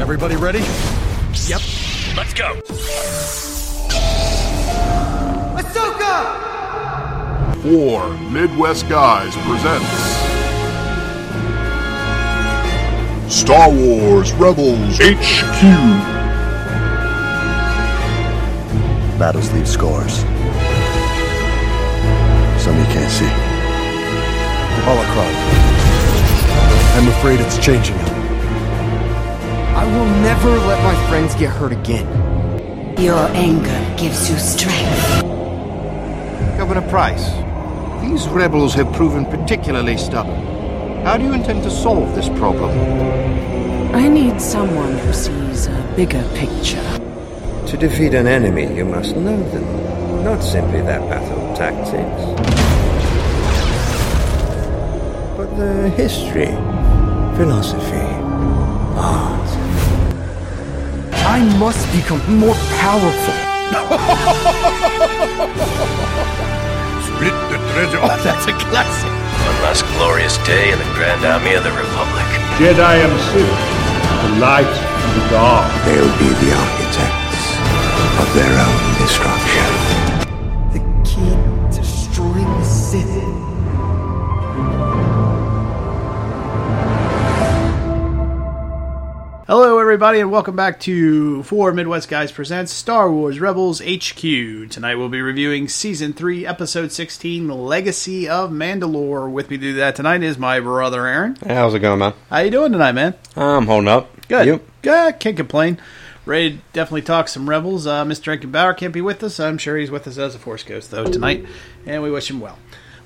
Everybody ready? Yep. Let's go. Ahsoka! Four Midwest Guys presents Star Wars Rebels HQ. Battles leave scars. Some you can't see. Holocron. I'm afraid it's changing. I will never let my friends get hurt again. Your anger gives you strength. Governor Price, these rebels have proven particularly stubborn. How do you intend to solve this problem? I need someone who sees a bigger picture. To defeat an enemy, you must know them, not simply their battle tactics, but their history, philosophy, art. I must become more powerful. Split the treasure. Oh, that's a classic. One last glorious day in the Grand Army of the Republic. Jedi and Sith. The light and the dark. They'll be the architects of their own destruction. The key to destroying the Sith. Hello, everybody, and welcome back to Four Midwest Guys Presents Star Wars Rebels HQ. Tonight we'll be reviewing Season 3, Episode 16, Legacy of Mandalore. With me to do that tonight is my brother Aaron. How's it going, man? How you doing tonight, man? I'm holding up. Good. You? Good. Can't complain. Ready to definitely talk some Rebels. Uh, Mr. Bauer can't be with us. I'm sure he's with us as a Force Ghost, though, tonight, and we wish him well.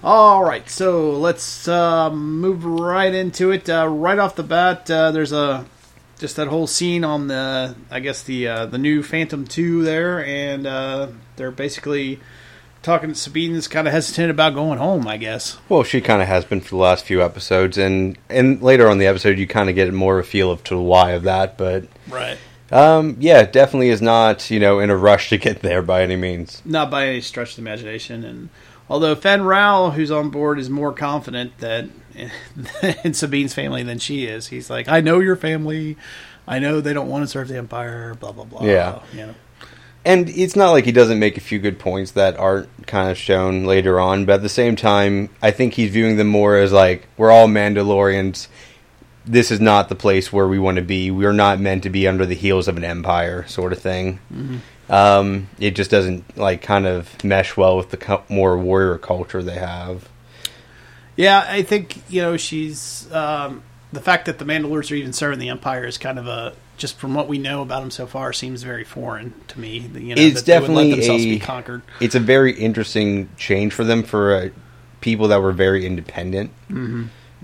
All right, so let's uh, move right into it. Uh, right off the bat, uh, there's a just that whole scene on the, I guess the uh, the new Phantom Two there, and uh, they're basically talking. Sabine's kind of hesitant about going home, I guess. Well, she kind of has been for the last few episodes, and and later on in the episode, you kind of get more of a feel of to the why of that. But Right. um, yeah, definitely is not you know in a rush to get there by any means. not by any stretch of the imagination. And although Fen Rao, who's on board, is more confident that in Sabine's family than she is, he's like, "I know your family. I know they don't want to serve the Empire." Blah blah blah. Yeah. you know. And it's not like he doesn't make a few good points that aren't kind of shown later on, but at the same time, I think he's viewing them more as like we're all Mandalorians. This is not the place where we want to be. We're not meant to be under the heels of an empire, sort of thing. Um, it just doesn't like kind of mesh well with the co- more warrior culture they have. Yeah, I think you know she's um, the fact that the Mandalores are even serving the Empire is kind of a just from what we know about them so far seems very foreign to me. You know, that it's they would definitely let themselves a, be conquered. It's a very interesting change for them for uh, people that were very independent.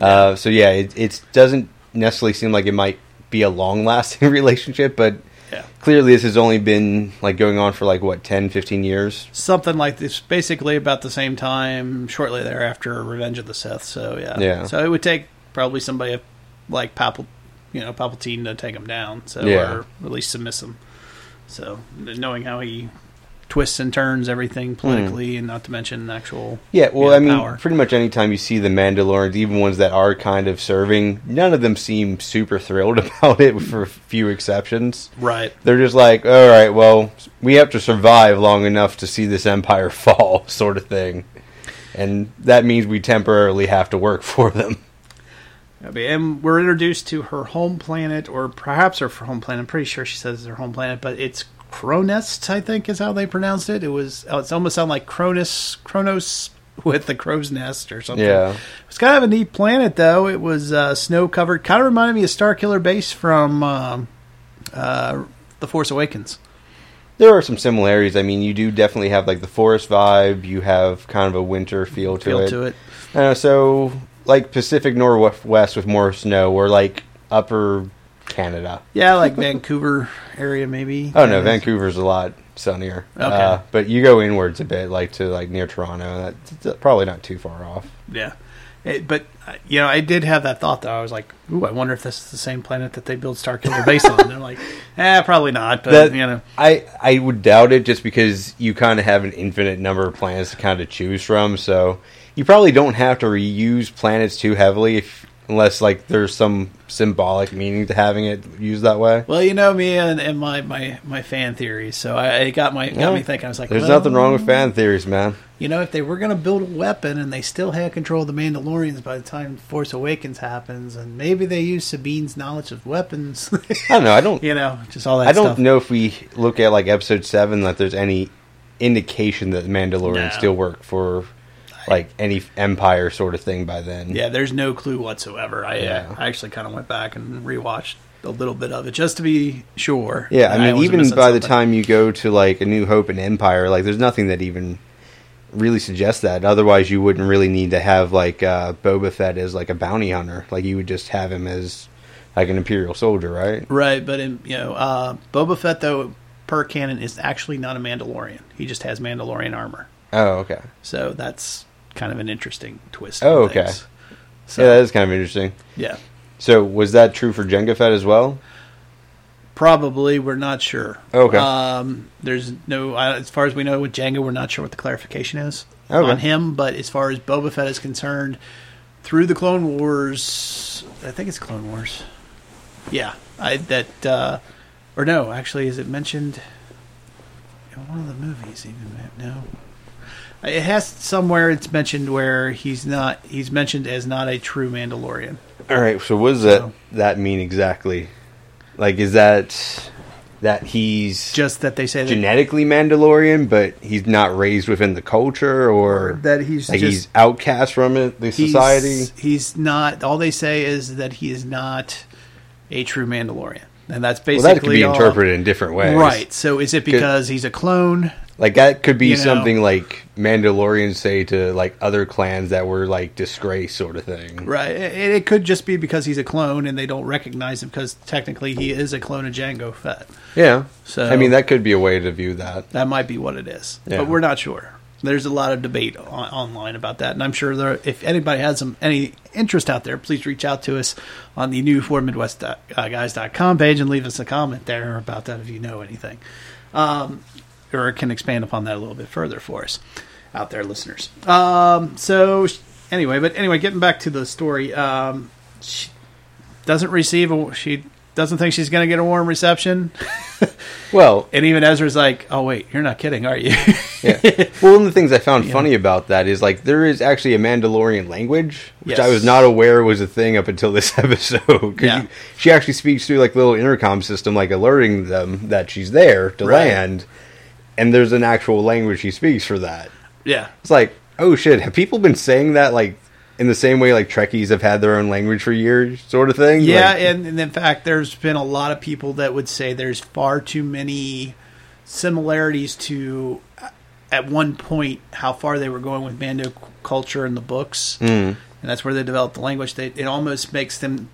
Uh, so yeah, it it doesn't necessarily seem like it might be a long lasting relationship, but Yeah. clearly this has only been like going on for like what 10, 15 years. something like this basically about the same time shortly thereafter revenge of the sith so yeah Yeah. so it would take probably somebody like papal you know palpatine to take him down so Yeah. or at least submiss him so knowing how he twists and turns everything politically and not to mention actual Hmm. Yeah, well, you know, I mean, power. pretty much any time you see the Mandalorians, even ones that are kind of serving, none of them seem super thrilled about it, for a few exceptions. right They're just like, all right, well, we have to survive long enough to see this empire fall, sort of thing. And that means we temporarily have to work for them. I mean, and we're introduced to her home planet, or perhaps her home planet. I'm pretty sure she says it's her home planet, but it's Cronest, I think, is how they pronounced it. It was. oh, It's almost sound like Cronus, Kronos with the crow's nest or something. Yeah. It's kind of a neat planet, though. It was uh, snow covered. Kind of reminded me of Star Killer Base from um, uh, The Force Awakens. There are some similarities. I mean, you do definitely have like the forest vibe. You have kind of a winter feel to Feel it. to it. Uh, so, like Pacific Northwest with more snow, or like Upper Canada. Yeah, like Vancouver area, maybe. Oh no, Vancouver's a lot sunnier. Okay. Uh, but you go inwards a bit, like to like near Toronto. That's probably not too far off. Yeah. It, but uh, you know, I did have that thought though. I was like, "Ooh, I wonder if this is the same planet that they build Star Killer base on." And they're like, "Eh, probably not." But That- you know, I I would doubt it just because you kind of have an infinite number of planets to kind of choose from. So you probably don't have to reuse planets too heavily if unless like there's some symbolic meaning to having it used that way. Well, you know me and, and my, my, my fan theories, so I it got my got Yeah. me thinking. I was like, There's well, nothing wrong with fan theories, man. You know, if they were going to build a weapon and they still had control of the Mandalorians by the time Force Awakens happens, and maybe they use Sabine's knowledge of weapons, I don't know. I don't. you know, just all that. I don't stuff. know if we look at like episode seven that there's any indication that the Mandalorians No. still work for like any empire sort of thing by then. Yeah, there's no clue whatsoever. I, Yeah. uh I actually kind of went back and rewatched a little bit of it just to be sure. Yeah, that I mean, wasn't even by missing the something. time you go to like a New Hope and Empire, like there's nothing that even really suggests that. Otherwise, you wouldn't really need to have like uh, Boba Fett as like a bounty hunter. Like you would just have him as like an Imperial soldier, right? Right, but in, you know, uh, Boba Fett though per canon is actually not a Mandalorian. He just has Mandalorian armor, Oh, okay. so that's kind of an interesting twist. on Oh, okay. things. So, Yeah, that is kind of interesting. yeah, So was that true for Jango Fett as well? probably we're not sure. Okay. Um, there's no, uh, as far as we know, with Django, we're not sure what the clarification is Okay. on him. But as far as Boba Fett is concerned, through the Clone Wars, I think it's Clone Wars. Yeah, I that uh, or no, actually, is it mentioned in one of the movies? Even no, it has somewhere. It's mentioned where he's not. He's mentioned as not a true Mandalorian. All right. So what does that So- that mean exactly? Like, is that that he's Just that they say that genetically Mandalorian, but he's not raised within the culture, or That he's like just- he's outcast from it, the he's- society. He's not. All they say is that he is not a true Mandalorian, and that's Well, basically that could be all- interpreted in different ways, Right. So is it because he's a clone? Like that could be You know. something like Mandalorians say to like other clans that were like disgraced, sort of thing. Right. It, it could just be because he's a clone, and they don't recognize him because technically he is a clone of Django Fett. Yeah. So- I mean, that could be a way to view that. That might be what it is, Yeah. but we're not sure. There's a lot of debate on, online about that, and I'm sure there, if anybody has some any interest out there, please reach out to us on the new for Midwest dot- uh, guys dot com page and leave us a comment there about that if you know anything, um, or can expand upon that a little bit further for us out there, listeners. Um, so sh- anyway, but anyway, getting back to the story, um, she doesn't receive a she doesn't think she's going to get a warm reception, Well, and even Ezra's like, "Oh wait, you're not kidding, are you?" yeah. well, one of the things I found funny about that is like there is actually a Mandalorian language, which I Yes. was not aware was a thing up until this episode. 'Cause Yeah. you- she actually speaks through like little intercom system, like alerting them that she's there to Right. land, and there's an actual language she speaks for that. Yeah. It's like, oh shit, have people been saying that like in the same way like Trekkies have had their own language for years, sort of thing? Yeah, Like- and, and in fact, there's been a lot of people that would say there's far too many similarities to, uh, at one point, how far they were going with Mando c- culture in the books. Mm. And that's where they developed the language. They, it almost makes them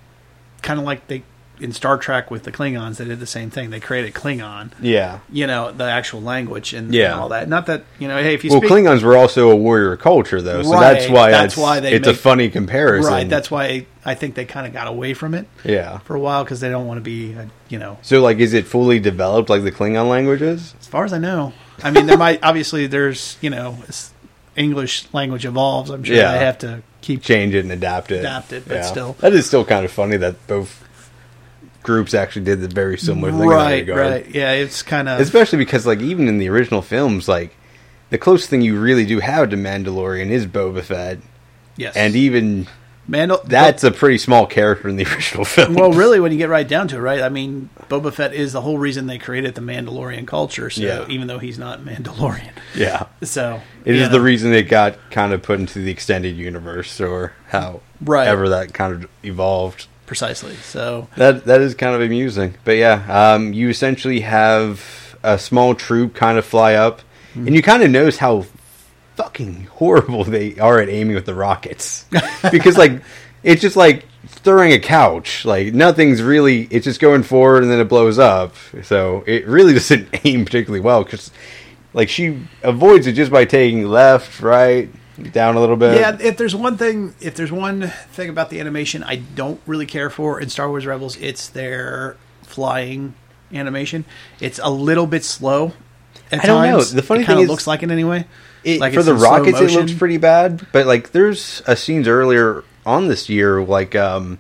kind of like they, in Star Trek with the Klingons, they did the same thing. They created Klingon, yeah. you know, the actual language and, Yeah. and all that. Not that, you know, hey, if you Well, speak. Klingons were also a warrior culture, though, so that's Right, why that's it's, why they it's a make- funny comparison, Right, that's why I think they kind of got away from it yeah. for a while because they don't want to be, uh, you know, So, like, is it fully developed like the Klingon languages? As far as I know, I mean, there might obviously there's you know as English language evolves. I'm sure Yeah. they have to keep Change it and adapt it. Adapt it, but still. that is still kind of funny that both groups actually did the very similar thing. in that right, regard. right, yeah. It's kind of Especially because, like, even in the original films, like the closest thing you really do have to Mandalorian is Boba Fett, yes, and even Mandal- that's a pretty small character in the original film. well, really, when you get right down to it, right? I mean, Boba Fett is the whole reason they created the Mandalorian culture. So Yeah. even though he's not Mandalorian, yeah, so it is you the know. reason it got kind of put into the extended universe or how Right. ever that kind of evolved. precisely. So That that is kind of amusing, but yeah, um, you essentially have a small troop kind of fly up, and you kind of notice how fucking horrible they are at aiming with the rockets, because like it's just like throwing a couch, like nothing's really. It's just going forward and then it blows up, so it really doesn't aim particularly well because like she avoids it just by taking left, right, down a little bit. yeah, if there's one thing, if there's one thing about the animation I don't really care for in Star Wars Rebels, it's their flying animation. It's a little bit slow. At I don't know. times. The funny It kinda thing is- looks like it anyway. It, Like for it's the in slow rockets, it motion. looks pretty bad. But like, there's a scenes earlier on this year, like um,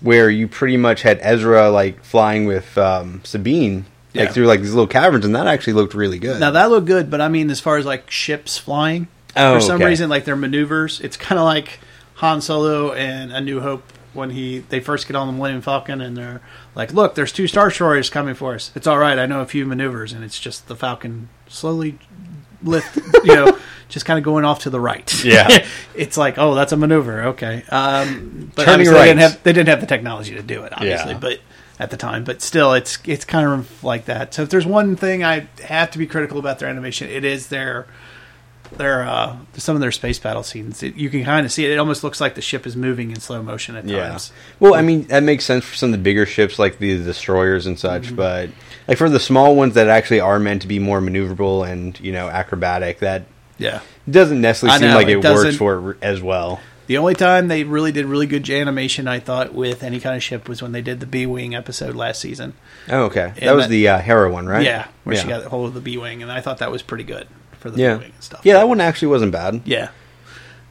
where you pretty much had Ezra like flying with um, Sabine. Like Yeah. through like these little caverns, and that actually looked really good. Now that looked good, but I mean, as far as like ships flying, Oh, for some okay. reason, like their maneuvers, it's kind of like Han Solo and A New Hope when he they first get on the Millennium Falcon, and they're like, "Look, there's two Star Destroyers coming for us. It's all right. I know a few maneuvers, and it's just the Falcon slowly lift, you know." Just kind of going off to the right. Yeah. it's like, oh, that's a maneuver. Okay, um, but Turning obviously they didn't right. have they didn't have the technology to do it. Obviously, Yeah. but at the time, but still, it's it's kind of like that. So if there's one thing I have to be critical about their animation, it is their their uh, some of their space battle scenes. It, you can kind of see it. It almost looks like the ship is moving in slow motion at Yeah. times. Well, I mean, that makes sense for some of the bigger ships like the destroyers and such, Mm-hmm. but like for the small ones that actually are meant to be more maneuverable and, you know, acrobatic, that Yeah. doesn't necessarily I seem know, like it it, works doesn't- for it as well. The only time they really did really good animation, I thought, with any kind of ship was when they did the B wing episode last season. Oh, okay. And that was that- the uh, Hera one, right? Yeah, where she got hold of the B wing, and I thought that was pretty good for the yeah. B wing and stuff. Yeah, that one actually wasn't bad. Yeah.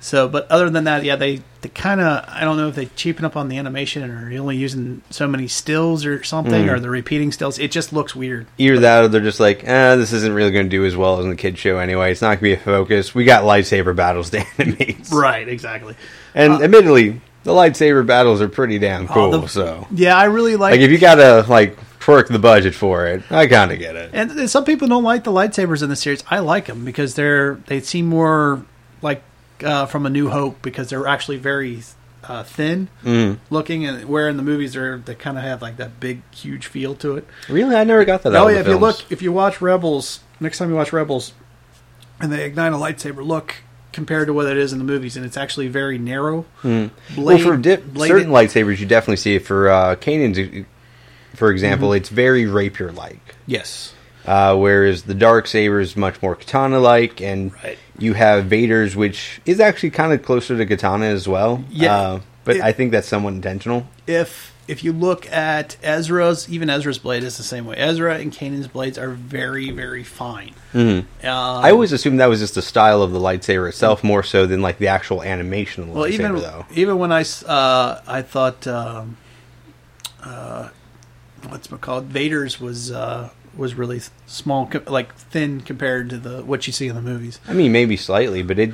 So, but other than that, yeah, they, they kind of, I don't know if they cheapen up on the animation or are only using so many stills or something, or they're repeating stills. It just looks weird. Either that or they're just like, eh, this isn't really going to do as well as in the kids' show anyway. It's not going to be a focus. We got lightsaber battles to animate. Right, Uh, exactly. And admittedly, the lightsaber battles are pretty damn Oh, cool, so. Yeah, I really like, Like if you gotta like twerk the budget for it, I kind of get it. and, and some people don't like the lightsabers in the series. I like them because they're, they seem more like uh, from A New Hope because they're actually very uh, thin looking, and where in the movies they're, they kind of have like that big, huge feel to it. Really, I never got that. out Oh of yeah, the if you films. look, if you watch Rebels, next time you watch Rebels, and they ignite a lightsaber, look compared to what it is in the movies, and it's actually very narrow. Hmm. well, Blade- for di- bladed- certain lightsabers, you definitely see it. For uh, Kanan's, for Mm-hmm. example, it's very rapier like, yes, uh, whereas the dark saber is much more katana like, and Right. you have Vader's, which is actually kind of closer to katana as well. Yeah. uh, but It- I think that's somewhat intentional. if if you look at Ezra's, even Ezra's blade is the same way. Ezra and Kanan's blades are very very fine. Hmm. Uh, I always assumed that was just the style of the lightsaber itself, more so than like the actual animation of the well, lightsaber, even though. even when I s- uh, I thought um, uh, what's it called Vader's was uh, was really small, co- like thin compared to the what you see in the movies. I mean, maybe slightly, but it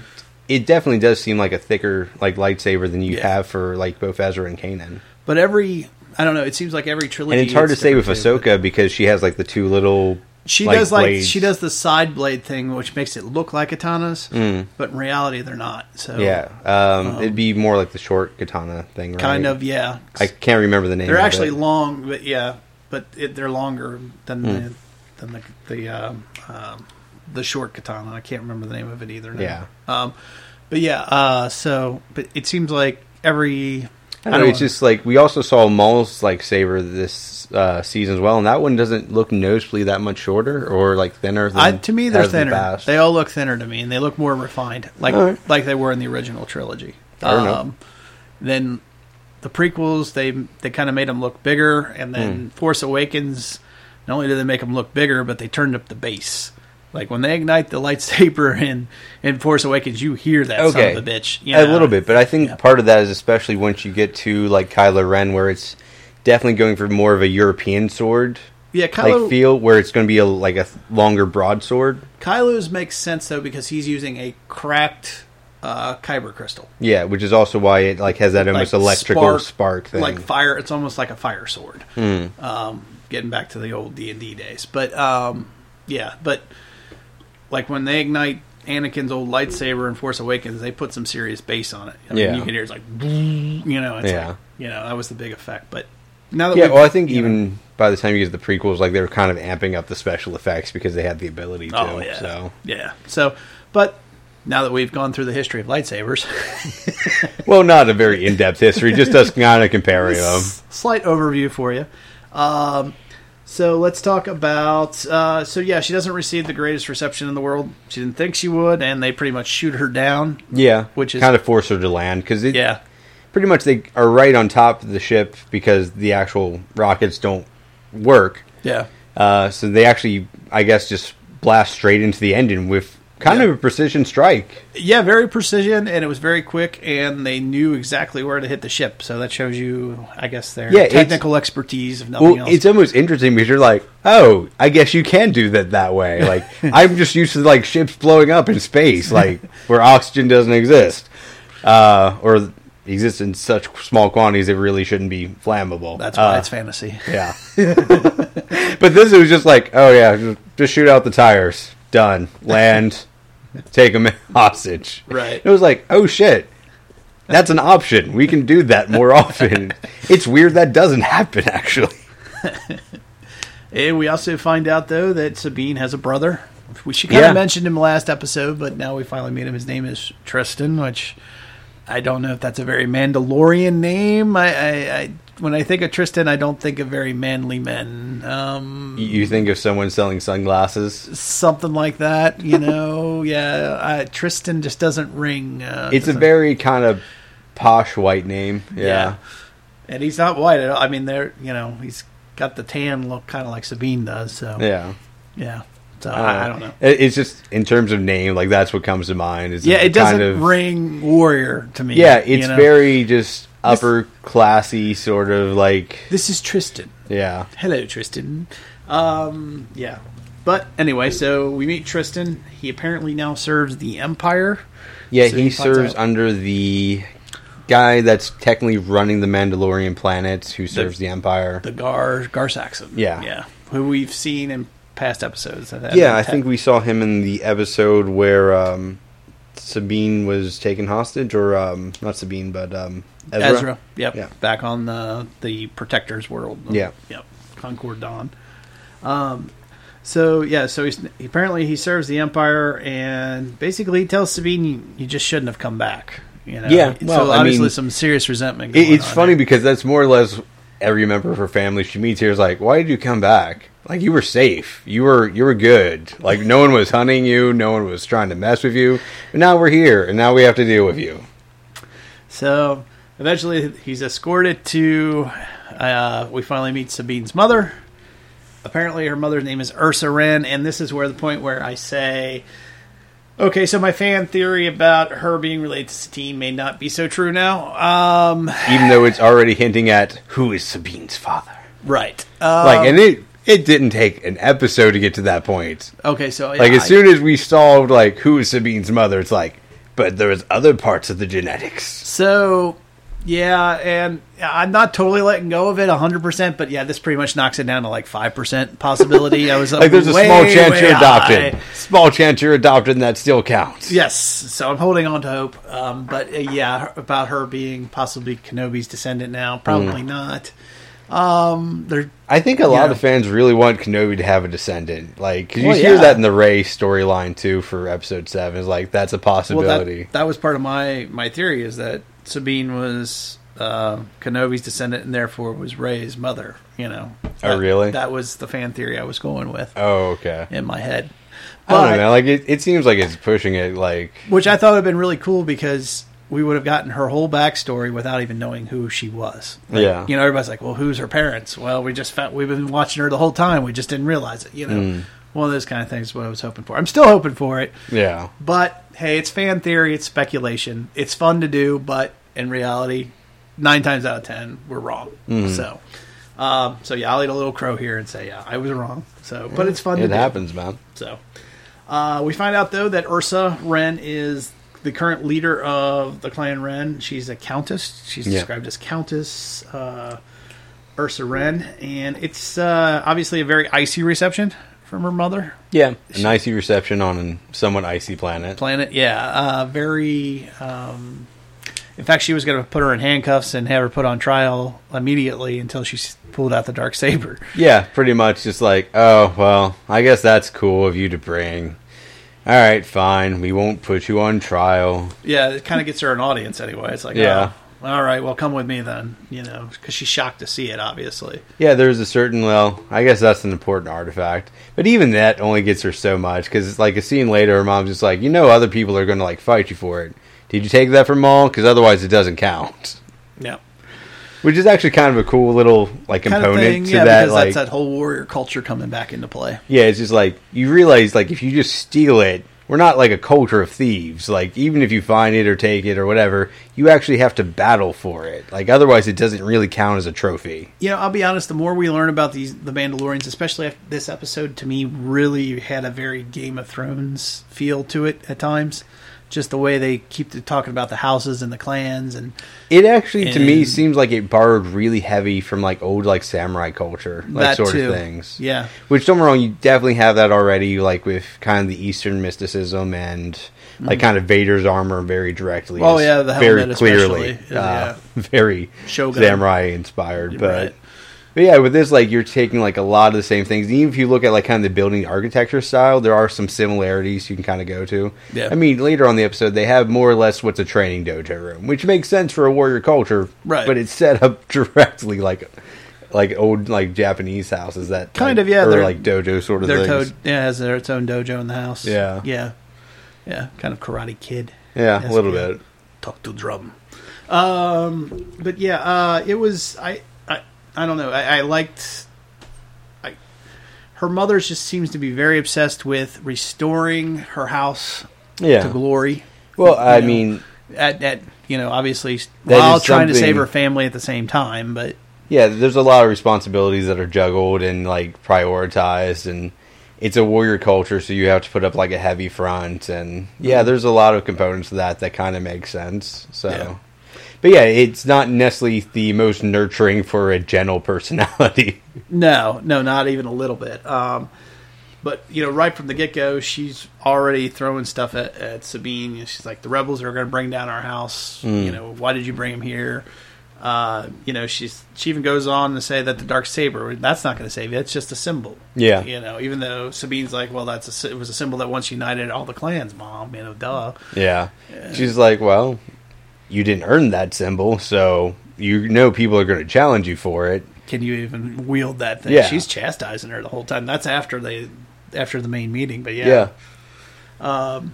it definitely does seem like a thicker like lightsaber than you Yeah. have for like both Ezra and Kanan. But every I don't know. It seems like every trilogy. And it's hard to say with different too, Ahsoka because she has like the two little. but She does like blades. she does the side blade thing, which makes it look like katanas, but in reality they're not. So Mm. Yeah, um, it'd be more like the short katana thing, right? Oh. kind of yeah. I can't remember the name. they're of actually it. long, but yeah, but it, they're longer than Mm. the, than the the um, um, the short katana. I can't remember the name of it either. Now. Yeah. Um, but yeah. Uh, so, but it seems like every I don't know, it's just like we also saw Maul's like saber this uh, season as well, and that one doesn't look noticeably that much shorter or like thinner. Than I, to me, they're has in the thinner. past. They all look thinner to me, and they look more refined, like All right. like they were in the original trilogy. Um, Fair enough. then the prequels, they they kind of made them look bigger, and Hmm. then Force Awakens. Not only did they make them look bigger, but they turned up the bass. Like when they ignite the lightsaber in in Force Awakens, you hear that son of a bitch. you A know? little bit, but I think Yeah. part of that is especially once you get to like Kylo Ren, where it's definitely going for more of a European sword, Yeah, like Kylo- feel, where it's going to be a, like a th- longer broadsword. Kylo's makes sense though because he's using a cracked uh, kyber crystal. Yeah, which is also why it like has that almost electrical spark, thing. Hmm. like fire. It's almost like a fire sword. Um, getting back to the old D and D days, but um, yeah, but like when they ignite Anakin's old lightsaber in Force Awakens, they put some serious bass on it. I mean, Yeah. you can hear it's like, you know, it's Yeah. like, you know, that was the big effect. But now that yeah, we've- well, I think even by the time you get to the prequels, like they were kind of amping up the special effects because they had the ability to. Oh yeah. So, yeah. So, but now that we've gone through the history of lightsabers, well, not a very in-depth history, just us kind of comparing them. s- slight overview for you. Um, so let's talk about. Uh, so yeah, she doesn't receive the greatest reception in the world. She didn't think she would, and they pretty much shoot her down. Yeah, Which is- kind of force her to land because it, Yeah, pretty much they are right on top of the ship because the actual rockets don't work. yeah, Uh, so they actually, I guess, just blast straight into the engine with kind of a precision strike. Yeah, very precision, and it was very quick, and they knew exactly where to hit the ship. So that shows you, I guess, their Yeah, it's- technical expertise, if nothing Well, else. it's almost interesting because you're like, oh, I guess you can do that that way. Like, I'm just used to like ships blowing up in space, like where oxygen doesn't exist, uh, or exists in such small quantities it really shouldn't be flammable. That's why Uh, it's fantasy. yeah. but this it was just like, oh yeah, just- just shoot out the tires, done, land, take them hostage. Right. It was like, oh shit. That's an option. We can do that more often. it's weird that doesn't happen actually. And we also find out though that Sabine has a brother. We she kind of Yeah. mentioned him last episode, but now we finally meet him. His name is Tristan, which I don't know if that's a very Mandalorian name. I, I, I when I think of Tristan, I don't think of very manly men. Um, You think of someone selling sunglasses? something like that, you know? yeah, I, Tristan just doesn't ring. Uh, It's a doesn't- very kind of posh white name. Yeah. and he's not white. At all. I mean, they're you know he's got the tan look, kind of like Sabine does. So Yeah. Uh, yeah, so I, I don't know. It- It's just in terms of name, like that's what comes to mind. Is Yeah, the it doesn't kind of- ring warrior to me. Yeah, you it's know? very just upper classy sort of like This is Tristan. yeah. Hello, Tristan. Um, yeah. But anyway, so we meet Tristan. He apparently now serves the Empire. Yeah, So he he finds serves out- under the guy that's technically running the Mandalorian planet who serves the, Empire. the Gar Gar Saxon. Yeah. yeah, who we've seen in past episodes. of that. yeah, I think we saw him in the episode where um, Sabine was taken hostage, or um, not Sabine, but um, Ezra. Ezra. Yep, Yeah. back on the the Protector's world. Yeah. yep, Concord Dawn. Um, so yeah, so he's apparently he serves the Empire and basically he tells Sabine you, you just shouldn't have come back. You know? Yeah, well, so I obviously mean, some serious resentment. It, going it's on funny there. because that's more or less every member of her family she meets here is like, "Why did you come back? Like you were safe. You were you were good. Like no one was hunting you. No one was trying to mess with you. And now we're here, and now we have to deal with you." So eventually he's escorted to. Uh, we finally meet Sabine's mother. Apparently, her mother's name is Ursa Wren, and this is where the point where I say, okay, so my fan theory about her being related to Satine may not be so true now. Um, Even though it's already hinting at who is Sabine's father. right. Uh, like, and it it didn't take an episode to get to that point. okay, so yeah, Like as I- soon as we solved like who is Sabine's mother, it's like, but there's other parts of the genetics. So, yeah, and I'm not totally letting go of it 100%, but yeah, this pretty much knocks it down to like 5% possibility. I was Like there's a way, small chance way you're adopted. high. Small chance you're adopted, and that still counts. Yes, so I'm holding on to hope. Um, but uh, yeah, about her being possibly Kenobi's descendant now, probably Mm. not. Um, they're I think a lot Yeah. of fans really want Kenobi to have a descendant. Like 'cause you Well, hear yeah. that in the Ray storyline too for episode seven. Is like that's a well, possibility. that, that was part of my my theory is that Sabine was uh, Kenobi's descendant and therefore was Ray's mother. You know, Oh, That- really? That was the fan theory I was going with oh, okay. in my head. I But- don't know. Like it, it seems like it's pushing it. Like which I thought would have been really cool because we would have gotten her whole backstory without even knowing who she was. Like, Yeah. you know, everybody's like, "Well, who's her parents?" Well, we just found, we've been watching her the whole time. We just didn't realize it. You know, Mm. one of those kind of things. is What I was hoping for. I'm still hoping for it, yeah. but hey, it's fan theory. It's speculation. It's fun to do, but in reality, nine times out of ten, we're wrong. Mm. So. Um, so yeah, I'll eat a little crow here and say yeah, I was wrong. So, but it's fun. It to Do. happens, man. So uh, we find out though that Ursa Wren is the current leader of the clan Wren. She's a countess. She's Yeah. described as Countess uh, Ursa Wren, and it's uh, obviously a very icy reception from her mother Yeah. An icy reception on a somewhat icy planet. planet. Yeah, uh, very. Um, in fact, she was going to put her in handcuffs and have her put on trial immediately until she s- pulled out the dark saber. Yeah, pretty much just like, oh, well, I guess that's cool of you to bring. All right, fine. We won't put you on trial. Yeah, it kind of gets her an audience anyway. It's like, Yeah. yeah, all right, well, come with me then, you know, because she's shocked to see it, obviously. Yeah, there's a certain, well, I guess that's an important artifact. But even that only gets her so much because it's like a scene later, her mom's just like, you know, other people are going to like fight you for it. Did you take that from all? Because otherwise it doesn't count. Yeah, Which is actually kind of a cool little like kind component of thing. to yeah, that. because Like, that's that whole warrior culture coming back into play. Yeah, it's just like you realize like if you just steal it, we're not like a culture of thieves. Like even if you find it or take it or whatever, you actually have to battle for it. Like otherwise, it doesn't really count as a trophy. You know, I'll be honest. The more we learn about these the Mandalorians, especially after this episode, to me really had a very Game of Thrones feel to it at times. Just the way they keep the, talking about the houses and the clans, and It actually to me And- seems like it borrowed really heavy from like old like samurai culture, like That sort too. of things. Yeah. Which don't get me wrong, you definitely have that already, like with kind of the Eastern mysticism and like kind of Vader's armor very directly. Mm-hmm. Oh, is yeah, the very helmet clearly, especially. uh, Yeah. very Shogun. samurai inspired. But, Right. but yeah, with this, like you're taking like a lot of the same things. Even if you look at like kind of the building architecture style, there are some similarities you can kind of go to. Yeah. I mean, later on the episode, they have more or less what's a training dojo room, which makes sense for a warrior culture, Right. But it's set up directly like. Like old, like Japanese houses that Kind like, of, yeah, or they're- like dojo sort of their things. toad yeah, has their its own dojo in the house. Yeah. yeah, yeah. Kind of Karate Kid. Yeah, Yes, a little yeah. bit. talk to drum. Um, but yeah, uh, it was I I, I don't know. I, I liked. I her mother just seems to be very obsessed with restoring her house Yeah. to glory. Well, I you know, mean, at, at you know obviously That while is trying to something- save her family at the same time, but yeah, there's a lot of responsibilities that are juggled and like prioritized, and it's a warrior culture, so you have to put up like a heavy front, and yeah, Mm-hmm. there's a lot of components to that that kind of make sense. So, Yeah. but yeah, it's not necessarily the most nurturing for a gentle personality. No, no, not even a little bit. Um, but you know, right from the get go, she's already throwing stuff at, at Sabine. She's like, "The rebels are going to bring down our house. Mm. You know, why did you bring him here?" Uh, you know, she's she even goes on to say that the dark saber that's not going to save you. It's just a symbol. Yeah. you know, even though Sabine's like, "Well, that's a, sy- it was a symbol that once united all the clans, mom." You know, duh. yeah. she's like, well, you didn't earn that symbol, so you know people are going to challenge you for it. Can you even wield that thing? Yeah. she's chastising her the whole time. That's after they after the main meeting. But yeah. And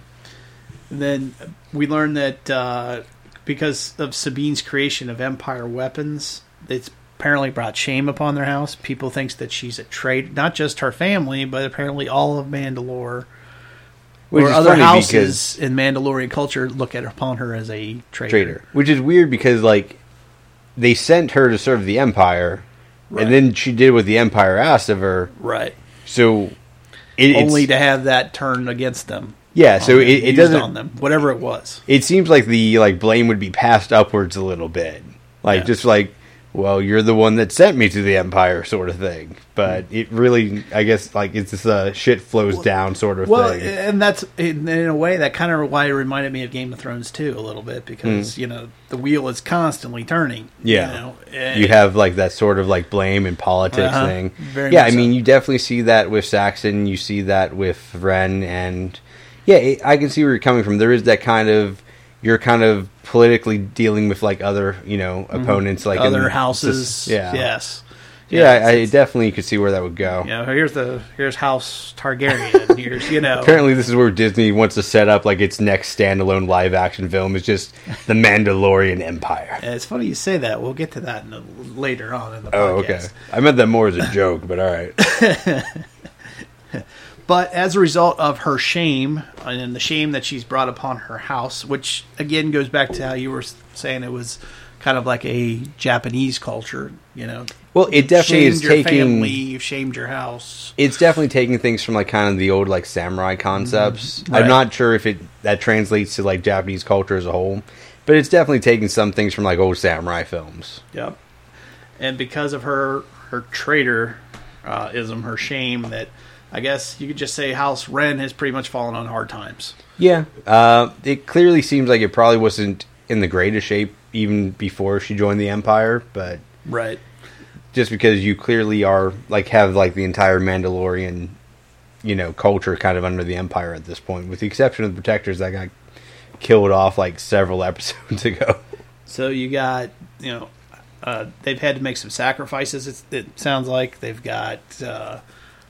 then we learn that uh, because of Sabine's creation of Empire weapons, it's apparently brought shame upon their house. People thinks that she's a traitor, not just her family, but apparently all of Mandalore Which or is other funny houses in Mandalorian culture look at upon her as a traitor. traitor, which is weird because like they sent her to serve the empire, Right. and then she did what the empire asked of her. right? So it, Only it's, to have that turned against them. yeah, so on it, them, it used on doesn't. them, whatever it was. It seems like the like blame would be passed upwards a little bit, like Yeah. just like well, you're the one that sent me to the empire, sort of thing. But it really, I guess, like it's just a shit flows down sort of Mm. Well, eh, thing. and that's in, in a way that kind of why it reminded me of Game of Thrones too a little bit because you know the wheel is constantly turning. Hmm. Yeah. you, know, and- you have like that sort of like blame and politics Uh-huh. thing. Very yeah, much I so. mean, you definitely see that with Saxon. You see that with Ren, and yeah, it, I can see where you're coming from. There is that kind of you're kind of politically dealing with like other you know opponents, like in Mm-hmm. other the- houses. yeah, Yes. yeah. Yes, I, I it's- definitely could see where that would go. you know, here's the here's House Targaryen. and here's you know. Apparently, this is where Disney wants to set up like its next standalone live action film is just the Mandalorian Empire. It's funny you say that. We'll get to that in a, later on in the podcast. Oh, okay. I meant that more as a joke, but all right. But as a result of her shame and the shame that she's brought upon her house, which again goes back to how you were s- saying it was kind of like a Japanese culture, you know, Well, it definitely shamed is your taking family, you shamed your house. it's definitely taking things from like kind of the old like samurai concepts. Mm-hmm. Right. I'm not sure if it that translates to like Japanese culture as a whole, but it's definitely taking some things from like old samurai films. Yep. And because of her her traitor uh, ism, her shame that I guess you could just say House Wren has pretty much fallen on hard times. Yeah, uh, it clearly seems like it probably wasn't in the greatest shape even before she joined the empire, but Right. just because you clearly are like have like the entire Mandalorian, you know, culture kind of under the empire at this point, with the exception of the protectors that got killed off like several episodes ago. So you got you know uh, they've had to make some sacrifices. It's, it sounds like they've got uh,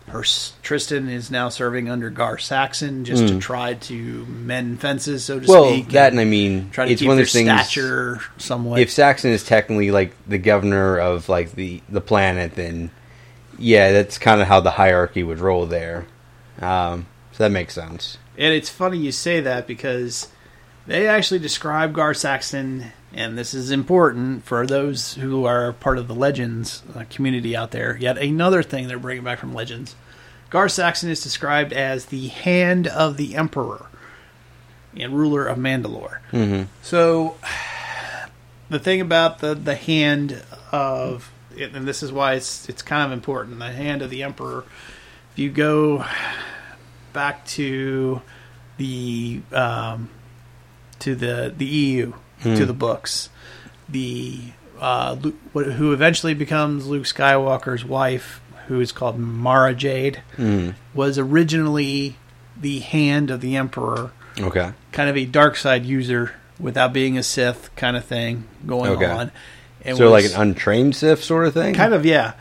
her s- Tristan is now serving under Gar Saxon just to try to mend fences, so to Hmm. well, speak. that and I mean, try to it's keep one of their those things. stature somewhat. If Saxon is technically like the governor of like the the planet, then yeah, that's kind of how the hierarchy would roll there. Um, So that makes sense. And it's funny you say that because they actually describe Gar Saxon, and this is important for those who are part of the Legends uh, community out there. Yet another thing they're bringing back from Legends Gar Saxon is described as the hand of the Emperor and ruler of Mandalore. So the thing about the, the hand of, and this is why it's, it's kind of important the hand of the Emperor. If you go back to the um, to the the EU Hmm. to the books. The uh, Lu- wh- who eventually becomes Luke Skywalker's wife, who is called Mara Jade, Hmm. was originally the hand of the Emperor, Okay. kind of a dark side user without being a Sith kind of thing going Okay. on. And so was- like an untrained Sith sort of thing. kind of yeah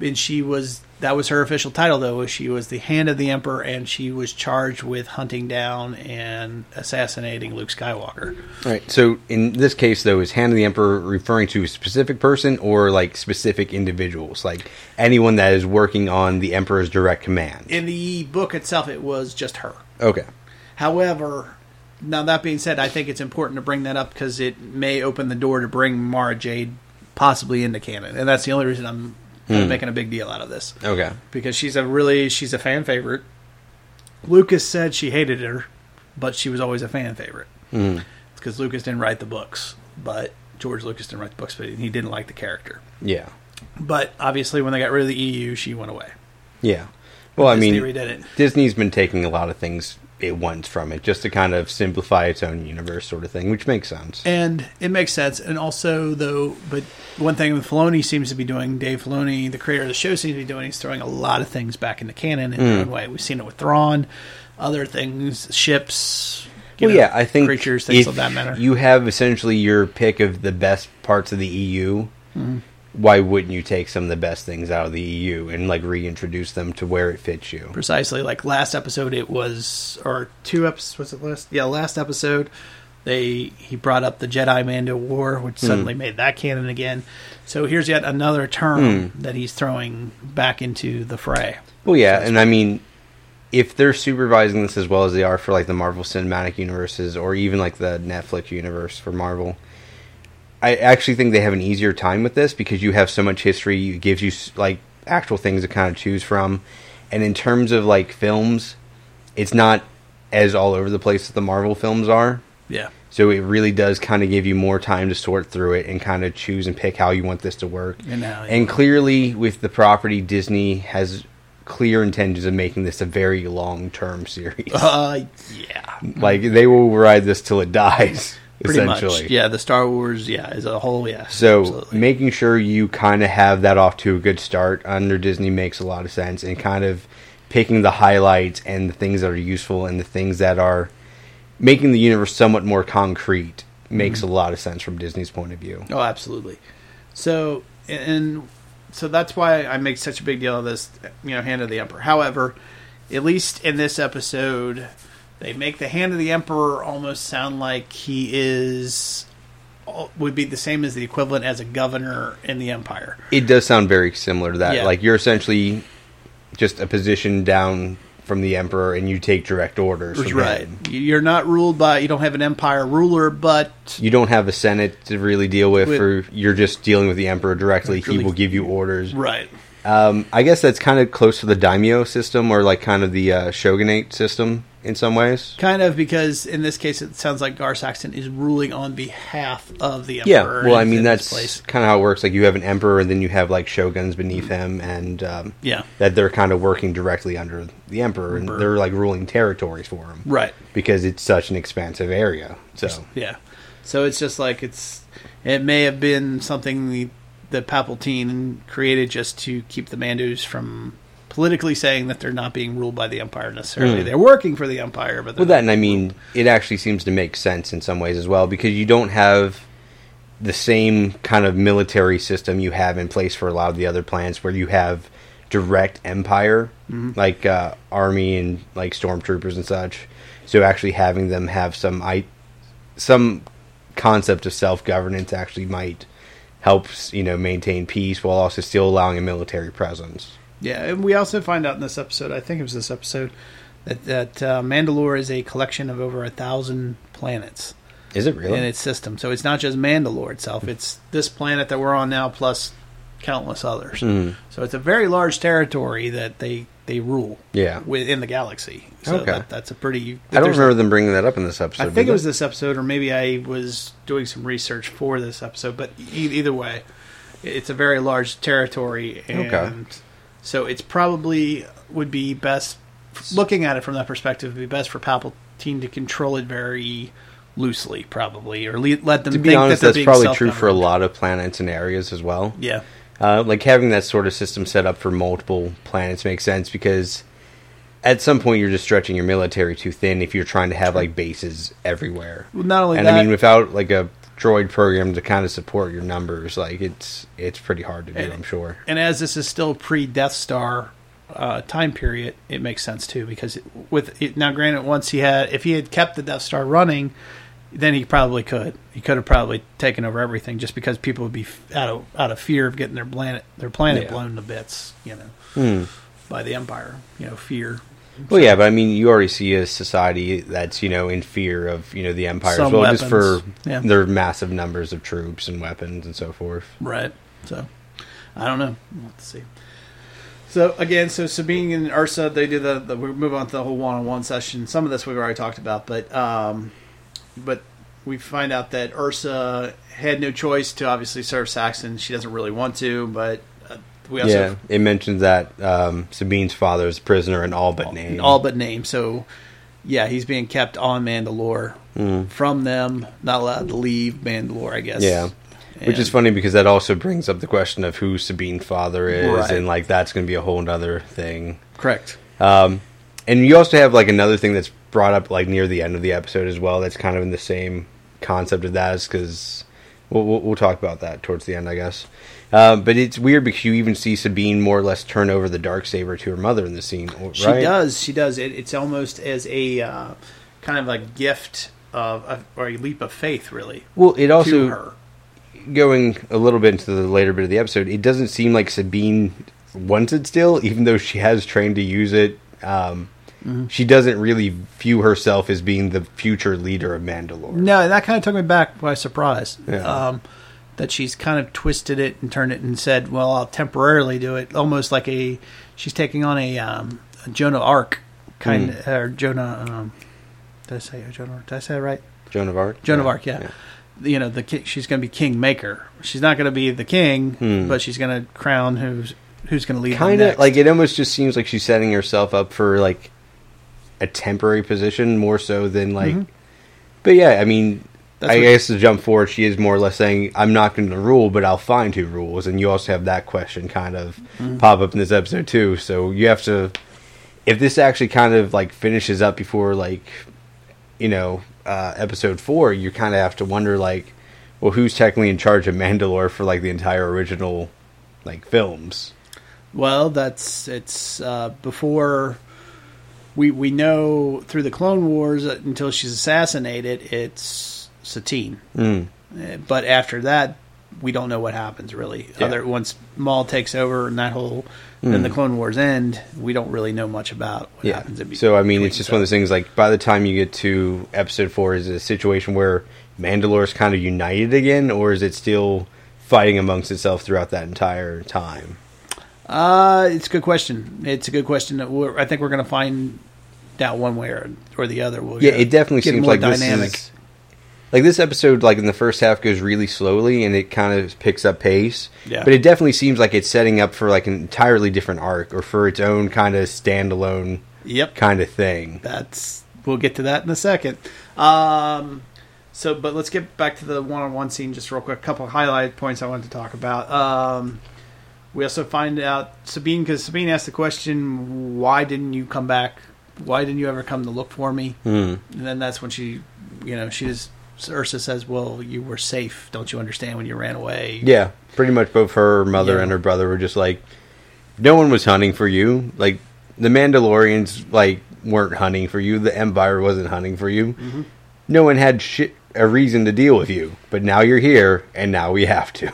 and she was that was her official title though was she was the hand of the emperor and she was charged with hunting down and assassinating luke skywalker All right. So in this case, though, is hand of the emperor referring to a specific person or like specific individuals, like anyone that is working on the emperor's direct command? in the book itself it was just her okay. however now that being said i think it's important to bring that up because it may open the door to bring mara jade possibly into canon and that's the only reason i'm kinda making a big deal out of this Okay. because she's a really she's a fan favorite. Lucas said she hated her, but she was always a fan favorite. Mm. Hmm. It's because Lucas didn't write the books, but George Lucas didn't write the books, but he didn't like the character. Yeah. But obviously, when they got rid of the EU, she went away. Yeah. Well, I Disney mean, redid it. Disney's been taking a lot of things it wants from it just to kind of simplify its own universe, sort of thing, which makes sense. And it makes sense. And also, though, but one thing with Filoni seems to be doing, Dave Filoni, the creator of the show, seems to be doing, he's throwing a lot of things back into canon in Hmm. their own way. We've seen it with Thrawn, other things, ships. you well, know, yeah, I think creatures, things if of that matter. You have essentially your pick of the best parts of the EU. Mm-hmm. Why wouldn't you take some of the best things out of the EU and like reintroduce them to where it fits you? precisely like last episode it was or two episodes was it last yeah last episode they he brought up the jedi mando war Hmm. which suddenly made that canon again so here's yet another term Hmm. that he's throwing back into the fray Well, yeah, and I mean, if they're supervising this as well as they are for like the Marvel Cinematic Universes or even like the Netflix universe for Marvel, I actually think they have an easier time with this because you have so much history. It gives you s- like actual things to kind of choose from, and in terms of like films, it's not as all over the place that the Marvel films are. yeah So it really does kind of give you more time to sort through it and kind of choose and pick how you want this to work. And how, yeah. And clearly, with the property, Disney has clear intentions of making this a very long term series. uh yeah like they will ride this till it dies, pretty essentially. much yeah the star wars yeah is a whole yeah So absolutely. making sure you kind of have that off to a good start under Disney makes a lot of sense, and kind of picking the highlights and the things that are useful and the things that are making the universe somewhat more concrete makes Mm-hmm. a lot of sense from Disney's point of view. Oh, absolutely. So and so that's why I make such a big deal of this, you know, hand of the emperor. However, at least in this episode, they make the hand of the emperor almost sound like he is would be the same as the equivalent as a governor in the empire. It does sound very similar to that. Yeah. Like you're essentially just a position down from the emperor, and you take direct orders. From him. You're not ruled by you don't have an empire ruler, but You don't have a senate to really deal with, With- or you're just dealing with the emperor directly. Really- He will give you orders. right. Um, I guess that's kind of close to the daimyo system, or like kind of the uh, shogunate system in some ways. Kind of because in this case it sounds like Gar Saxon is ruling on behalf of the Yeah, emperor. well, I in mean this that's place. kind of how it works. Like you have an emperor, and then you have like shoguns beneath him, and um, Yeah. that they're kind of working directly under the emperor, and Emperor. they're like ruling territories for him, Right. Because it's such an expansive area. So Yeah. So it's just like it's it may have been something the the Palpatine created just to keep the Mandos from politically saying that they're not being ruled by the Empire necessarily. They're working for the Empire, but they're Hmm. Well, that, not- and I mean, it actually seems to make sense in some ways as well because you don't have the same kind of military system you have in place for a lot of the other planets where you have direct empire, Mm-hmm. like uh, army and like stormtroopers and such. So actually having them have some I, some concept of self governance actually might help you know maintain peace while also still allowing a military presence. yeah. And we also find out in this episode, I think it was this episode, that that uh, Mandalore is a collection of over a thousand planets Is it really? in its system. So it's not just Mandalore itself; it's this planet that we're on now plus countless others. Hmm. So it's a very large territory that they they rule. Yeah. within the galaxy. So Okay. that, that's a pretty. I don't there's a- remember them bringing that up in this episode. I did think it was they? this episode, or maybe I was doing some research for this episode. But e- either way, it's a very large territory, and Okay. so it's probably would be best looking at it from that perspective. Would be best for Palpatine to control it very loosely, probably, or le- let them To think be honest, that they're that's being probably true for a self-governed. lot of planets and areas as well. Yeah, Uh, like having that sort of system set up for multiple planets makes sense because at some point you're just stretching your military too thin if you're trying to have like bases everywhere. Well, not only and I that- mean without like a droid program to kind of support your numbers, like it's it's pretty hard to do. And- I'm sure. and as this is still pre-Death Star uh, time period, it makes sense too because it, with it, now, granted, once he had, if he had kept the Death Star running, then he probably could. He could have probably taken over everything just because people would be f- out of out of fear of getting their planet their planet Yeah. blown to bits, you know, by the Empire. You know, fear. Well, yeah, but I mean, you already see a society that's you know in fear of you know the empire as Some well, just for weapons. Yeah. their massive numbers of troops and weapons and so forth. Right. So I don't know. We'll have to see. So again, so Sabine and Ursa, they do the, the we move on to the whole one-on-one session. Some of this we've already talked about, but um, but we find out that Ursa had no choice to obviously serve Saxon. She doesn't really want to, but uh, we also yeah, it mentions that um, Sabine's father is a prisoner in all but name. all but name. So, yeah, he's being kept on Mandalore Hmm. from them, not allowed to leave Mandalore. I guess. Yeah. Which is And- funny because that also brings up the question of who Sabine's father is, Right. and like that's going to be a whole other thing. Correct. And you also have like another thing that's brought up like near the end of the episode as well. That's kind of in the same concept of that, is because we'll, we'll, we'll talk about that towards the end, I guess. Uh, but it's weird because you even see Sabine more or less turn over the dark saber to her mother in the scene. right? She does. She does. It, it's almost as a uh, kind of a gift of, of or a leap of faith, really. Well, it also to her. going a little bit into the later bit of the episode, it doesn't seem like Sabine wants it still, even though she has trained to use it. Um, Mm-hmm. She doesn't really view herself as being the future leader of Mandalore. No, and that kind of took me back by surprise. Yeah. Um, that she's kind of twisted it and turned it and said, "Well, I'll temporarily do it," almost like a she's taking on a, um, a Jonah Arc kind of or Jonah. Um, did I say Jonah? Arc? Did I say it right? Joan of Arc. Joan of Arc, yeah. You know, the ki- she's going to be kingmaker. She's not going to be the king, but she's going to crown who's who's going to lead. Kind of Hmm. like it almost just seems like she's setting herself up for like a temporary position more so than like. But yeah, I mean. Mm-hmm. That's I what- guess to jump forward, she is more or less saying, "I'm not going to rule, but I'll find who rules." And you also have that question kind of Mm-hmm. pop up in this episode too. So you have to, if this actually kind of like finishes up before like, you know, uh, episode four, you kind of have to wonder like, well, who's technically in charge of Mandalore for like the entire original, like films? Well, that's it's uh, before we we know through the Clone Wars uh, until she's assassinated. It's Satine, Hmm. Uh, but after that, we don't know what happens really. Yeah. Hmm. Other once Maul takes over and that whole then the Clone Wars end, we don't really know much about what happens. in be- So I mean, between, it's just so- one of those things. Like by the time you get to episode four, is it a situation where Mandalore is kind of united again, or is it still fighting amongst itself throughout that entire time? Uh, it's a good question. It's a good question. That we're, I think we're going to find out one way or, or the other. We'll Yeah, get- it definitely get seems more like dynamic. this is like this episode. Like in the first half goes really slowly, and it kind of picks up pace. Yeah. But it definitely seems like it's setting up for like an entirely different arc, or for its own kind of standalone Yep. kind of thing. that's we'll get to that in a second. Um, so, but let's get back to the one-on-one scene just real quick. A couple of highlight points I wanted to talk about. Um, we also find out Sabine because Sabine asked the question, "Why didn't you come back? Why didn't you ever come to look for me?" Mm. Mm-hmm. And then that's when she, you know, she just Ursa says, "Well, you were safe. Don't you understand when you ran away?" Yeah, pretty much both her mother Yeah. and her brother were just like, no one was hunting for you. Like the Mandalorians, like weren't hunting for you. The Empire wasn't hunting for you. Mm-hmm. No one had shit a reason to deal with you. But now you're here, and now we have to.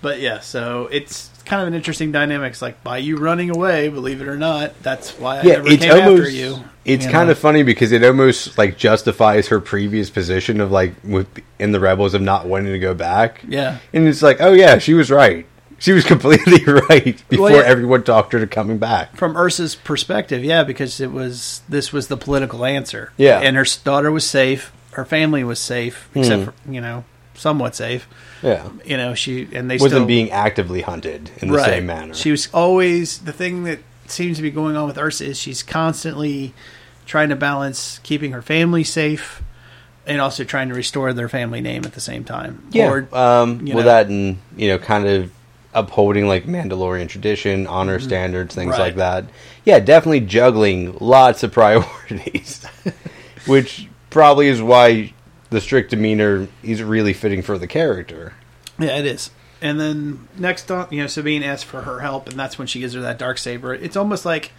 But yeah, so it's kind of an interesting dynamic. It's like by you running away, believe it or not, that's why I yeah, never it's came almost after you. it's you kind know? of funny because it almost like justifies her previous position of like with in the rebels of not wanting to go back. Yeah. and it's like, oh yeah, she was right. She was completely right before yeah. everyone talked her to coming back. from Ursa's perspective, yeah, because it was this was the political answer. Yeah. and her s- daughter was safe, her family was safe, Hmm. except for you know somewhat safe. Yeah, You know she and they wasn't still, being actively hunted in the same manner. She was always the thing that seems to be going on with Ursa is she's constantly trying to balance keeping her family safe and also trying to restore their family name at the same time. yeah, Or- um, you well, know. that and you know, kind of upholding like Mandalorian tradition, honor standards, things Mm-hmm. Right. like that. Yeah, definitely juggling lots of priorities, which probably is why the strict demeanor is really fitting for the character. Yeah, it is. And then next on, you know, Sabine asks for her help, and that's when she gives her that dark saber. It's almost like,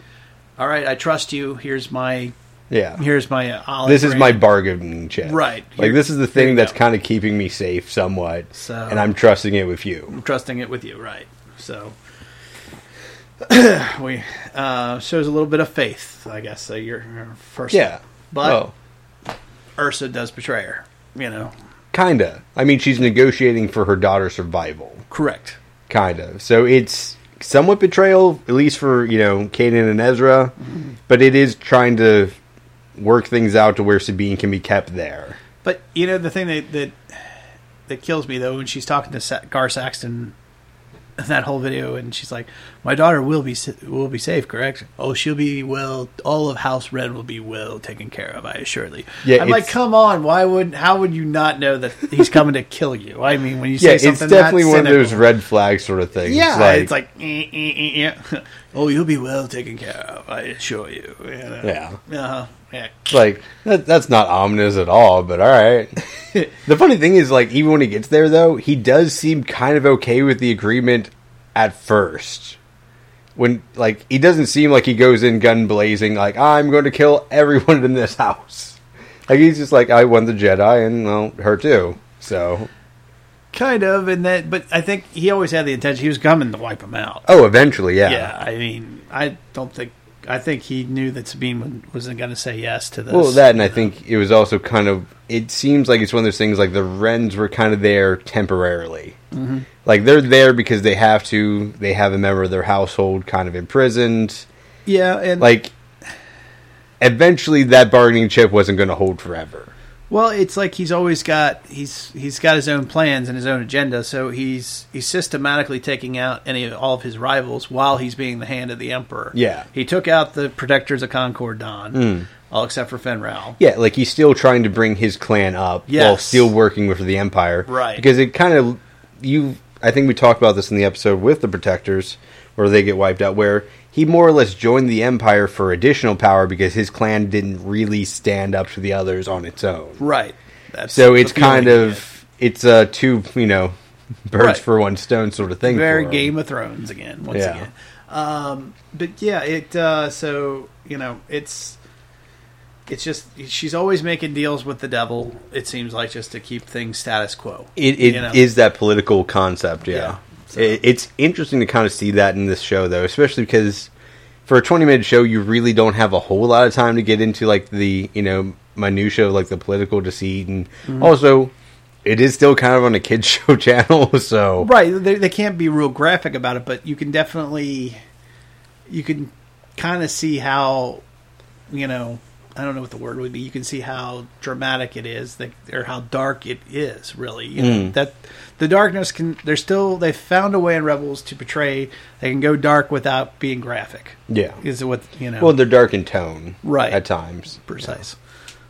all right, I trust you. Here's my, Yeah, here's my uh, olive. this is my branch." bargaining chip, Right. Like this is the Here thing you that's go. kind of keeping me safe somewhat, So- and I'm trusting it with you. I'm trusting it with you, right? So we uh, shows a little bit of faith, I guess. So your your first, Yeah, But Oh. Ursa does betray her. You know, Kinda. I mean, she's negotiating for her daughter's survival. correct. Kind of. So it's somewhat betrayal, at least for, you know, Kanan and Ezra, but it is trying to work things out to where Sabine can be kept there. But you know the thing that that that kills me though when she's talking to Sa- Gar Saxton in that whole video and she's like, "My daughter will be sa- will be safe, correct? Oh, she'll be well. All of House Red will be well taken care of. I assure thee." Yeah, I'm like, it's- come on, why would how would you not know that he's coming to kill you? I mean, when you say Yeah, it's something definitely that one of those cynical- red flag sort of things. yeah, it's like, eh, eh, eh, eh. oh, you'll be well taken care of. I assure you. you know? yeah. Uh-huh. yeah. It's like that, that's not ominous at all, but all right. the funny thing is, like, even when he gets there, though, he does seem kind of okay with the agreement at first. When like he doesn't seem like he goes in gun blazing, like I'm going to kill everyone in this house. Like he's just like I won the Jedi and well, her too. So Kind of, and that, but I think he always had the intention. He was coming to wipe him out. oh, eventually, yeah. yeah. I mean, I don't think. I think he knew that Sabine wa- wasn't going to say yes to this. Well, that and I think it was also kind of. It seems like it's one of those things like the Wrens were kind of there temporarily. Like they're there because they have to. They have a member of their household kind of imprisoned. yeah, and like, Like eventually, that bargaining chip wasn't going to hold forever. well, it's like he's always got he's he's got his own plans and his own agenda. So he's he's systematically taking out any all of his rivals while he's being the hand of the Emperor. Yeah. Hmm. he took out the protectors of Concord Don, all except for Fenral. Yeah, like he's still trying to bring his clan up while Yes. still working with the Empire. Right. Because it kind of you I think we talked about this in the episode with the Protectors where they get wiped out where he more or less joined the Empire for additional power because his clan didn't really stand up to the others on its own. Right. That's So the it's kind feeling you get. of it's a two, you know, birds Right. for one stone sort of thing. Very for him. Game of Thrones again, once Yeah. again. Um, but yeah, it uh, so you know it's it's just she's always making deals with the devil. It seems like just to keep things status quo. It it is you know? that political concept, yeah. Yeah, so- It, it's interesting to kind of see that in this show, though, especially because for a twenty-minute show, you really don't have a whole lot of time to get into like the you know minutia of like the political deceit, and Mm-hmm. also it is still kind of on a kids show channel, so right. They, they can't be real graphic about it, but you can definitely you can kind of see how you know. I don't know what the word would be. You can see how dramatic it is, that, or how dark it is. Really, you Mm. know, that the darkness can. They're still. They found a way in Rebels to portray. They can go dark without being graphic. Yeah. is what you know. Well, they're dark in tone, Right. At times, precise.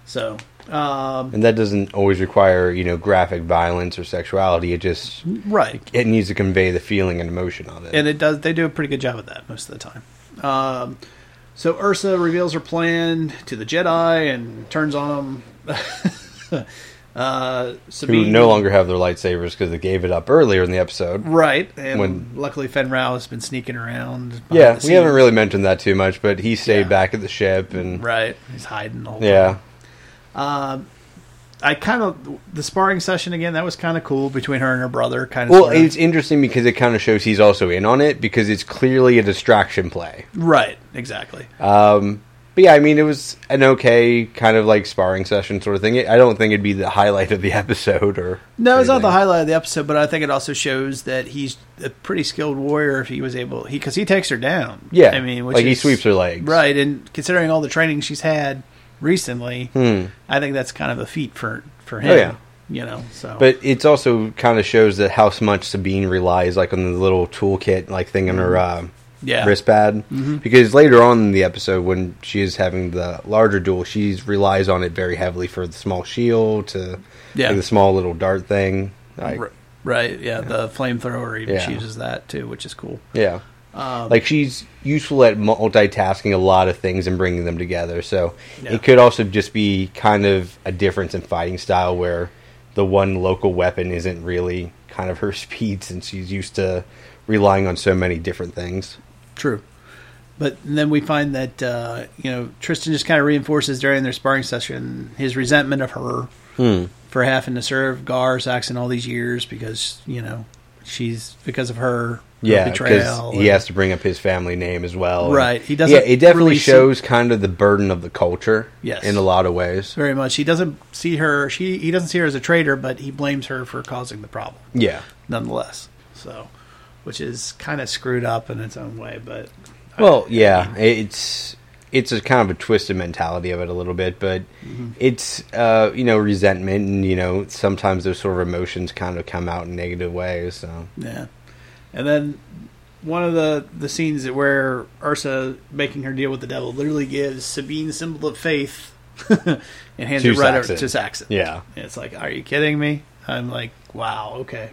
So, um, and that doesn't always require you know graphic violence or sexuality. It just right. it needs to convey the feeling and emotion of it. and it does they do a pretty good job of that most of the time um, so ursa reveals her plan to the jedi and turns on them uh, who sabine no longer have their lightsabers because they gave it up earlier in the episode. right and when- luckily fenrau has been sneaking around behind Yeah, the we haven't scenes. really mentioned that too much, but he stayed Yeah. back at the ship and right he's hiding the whole time. yeah, I kind of the sparring session again. That was kind of cool between her and her brother. Kind of. Well, it's interesting because it kind of shows he's also in on it because it's clearly a distraction play. right. Exactly. Um, but yeah, I mean, it was an okay kind of like sparring session sort of thing. I don't think it'd be the highlight of the episode or. No, it's not the anything. highlight of the episode, but I think it also shows that he's a pretty skilled warrior if he was able, he because he takes her down. Yeah, I mean, which like he is- sweeps her legs. right? And considering all the training she's had recently, Hmm. I think that's kind of a feat for for him. Oh, yeah. you know. So, But it's also kind of shows that how much Sabine relies like on the little toolkit like thing on her Mm-hmm. uh, Yeah. Mm-hmm. wristband because later on in the episode when she is having the larger duel, she relies on it very heavily for the small shield to Yeah. like, the small little dart thing. Like, R- right, yeah, the flamethrower even Yeah. she uses that too, which is cool. Yeah. Um, like she's useful at multitasking a lot of things and bringing them together. So Yeah. it could also just be kind of a difference in fighting style where the one local weapon isn't really kind of her speed since she's used to relying on so many different things. True. But then we find that uh, you know Tristan just kind of reinforces during their sparring session his resentment of her Hmm. for having to serve Gar Saxon all these years because you know she's because of her, her Yeah, betrayal. because he and- has to bring up his family name as well. Right, he he doesn't doesn't. Yeah, it definitely release it. shows kind of the burden of the culture. Yes. in a lot of ways. very much. He doesn't see her. She he doesn't see her as a traitor, but he blames her for causing the problem. Yeah, nonetheless. So, which is kind of screwed up in its own way, but Well, yeah, it's it's a kind of a twisted mentality of it a little bit, but Mm-hmm. it's uh, you know resentment and you know sometimes those sort of emotions kind of come out in negative ways. So yeah. And then one of the the scenes that where Ursa making her deal with the devil literally gives Sabine symbol of faith and hands To it right over Saxon. to Saxon. yeah, And it's like, are you kidding me? I'm like, wow, okay,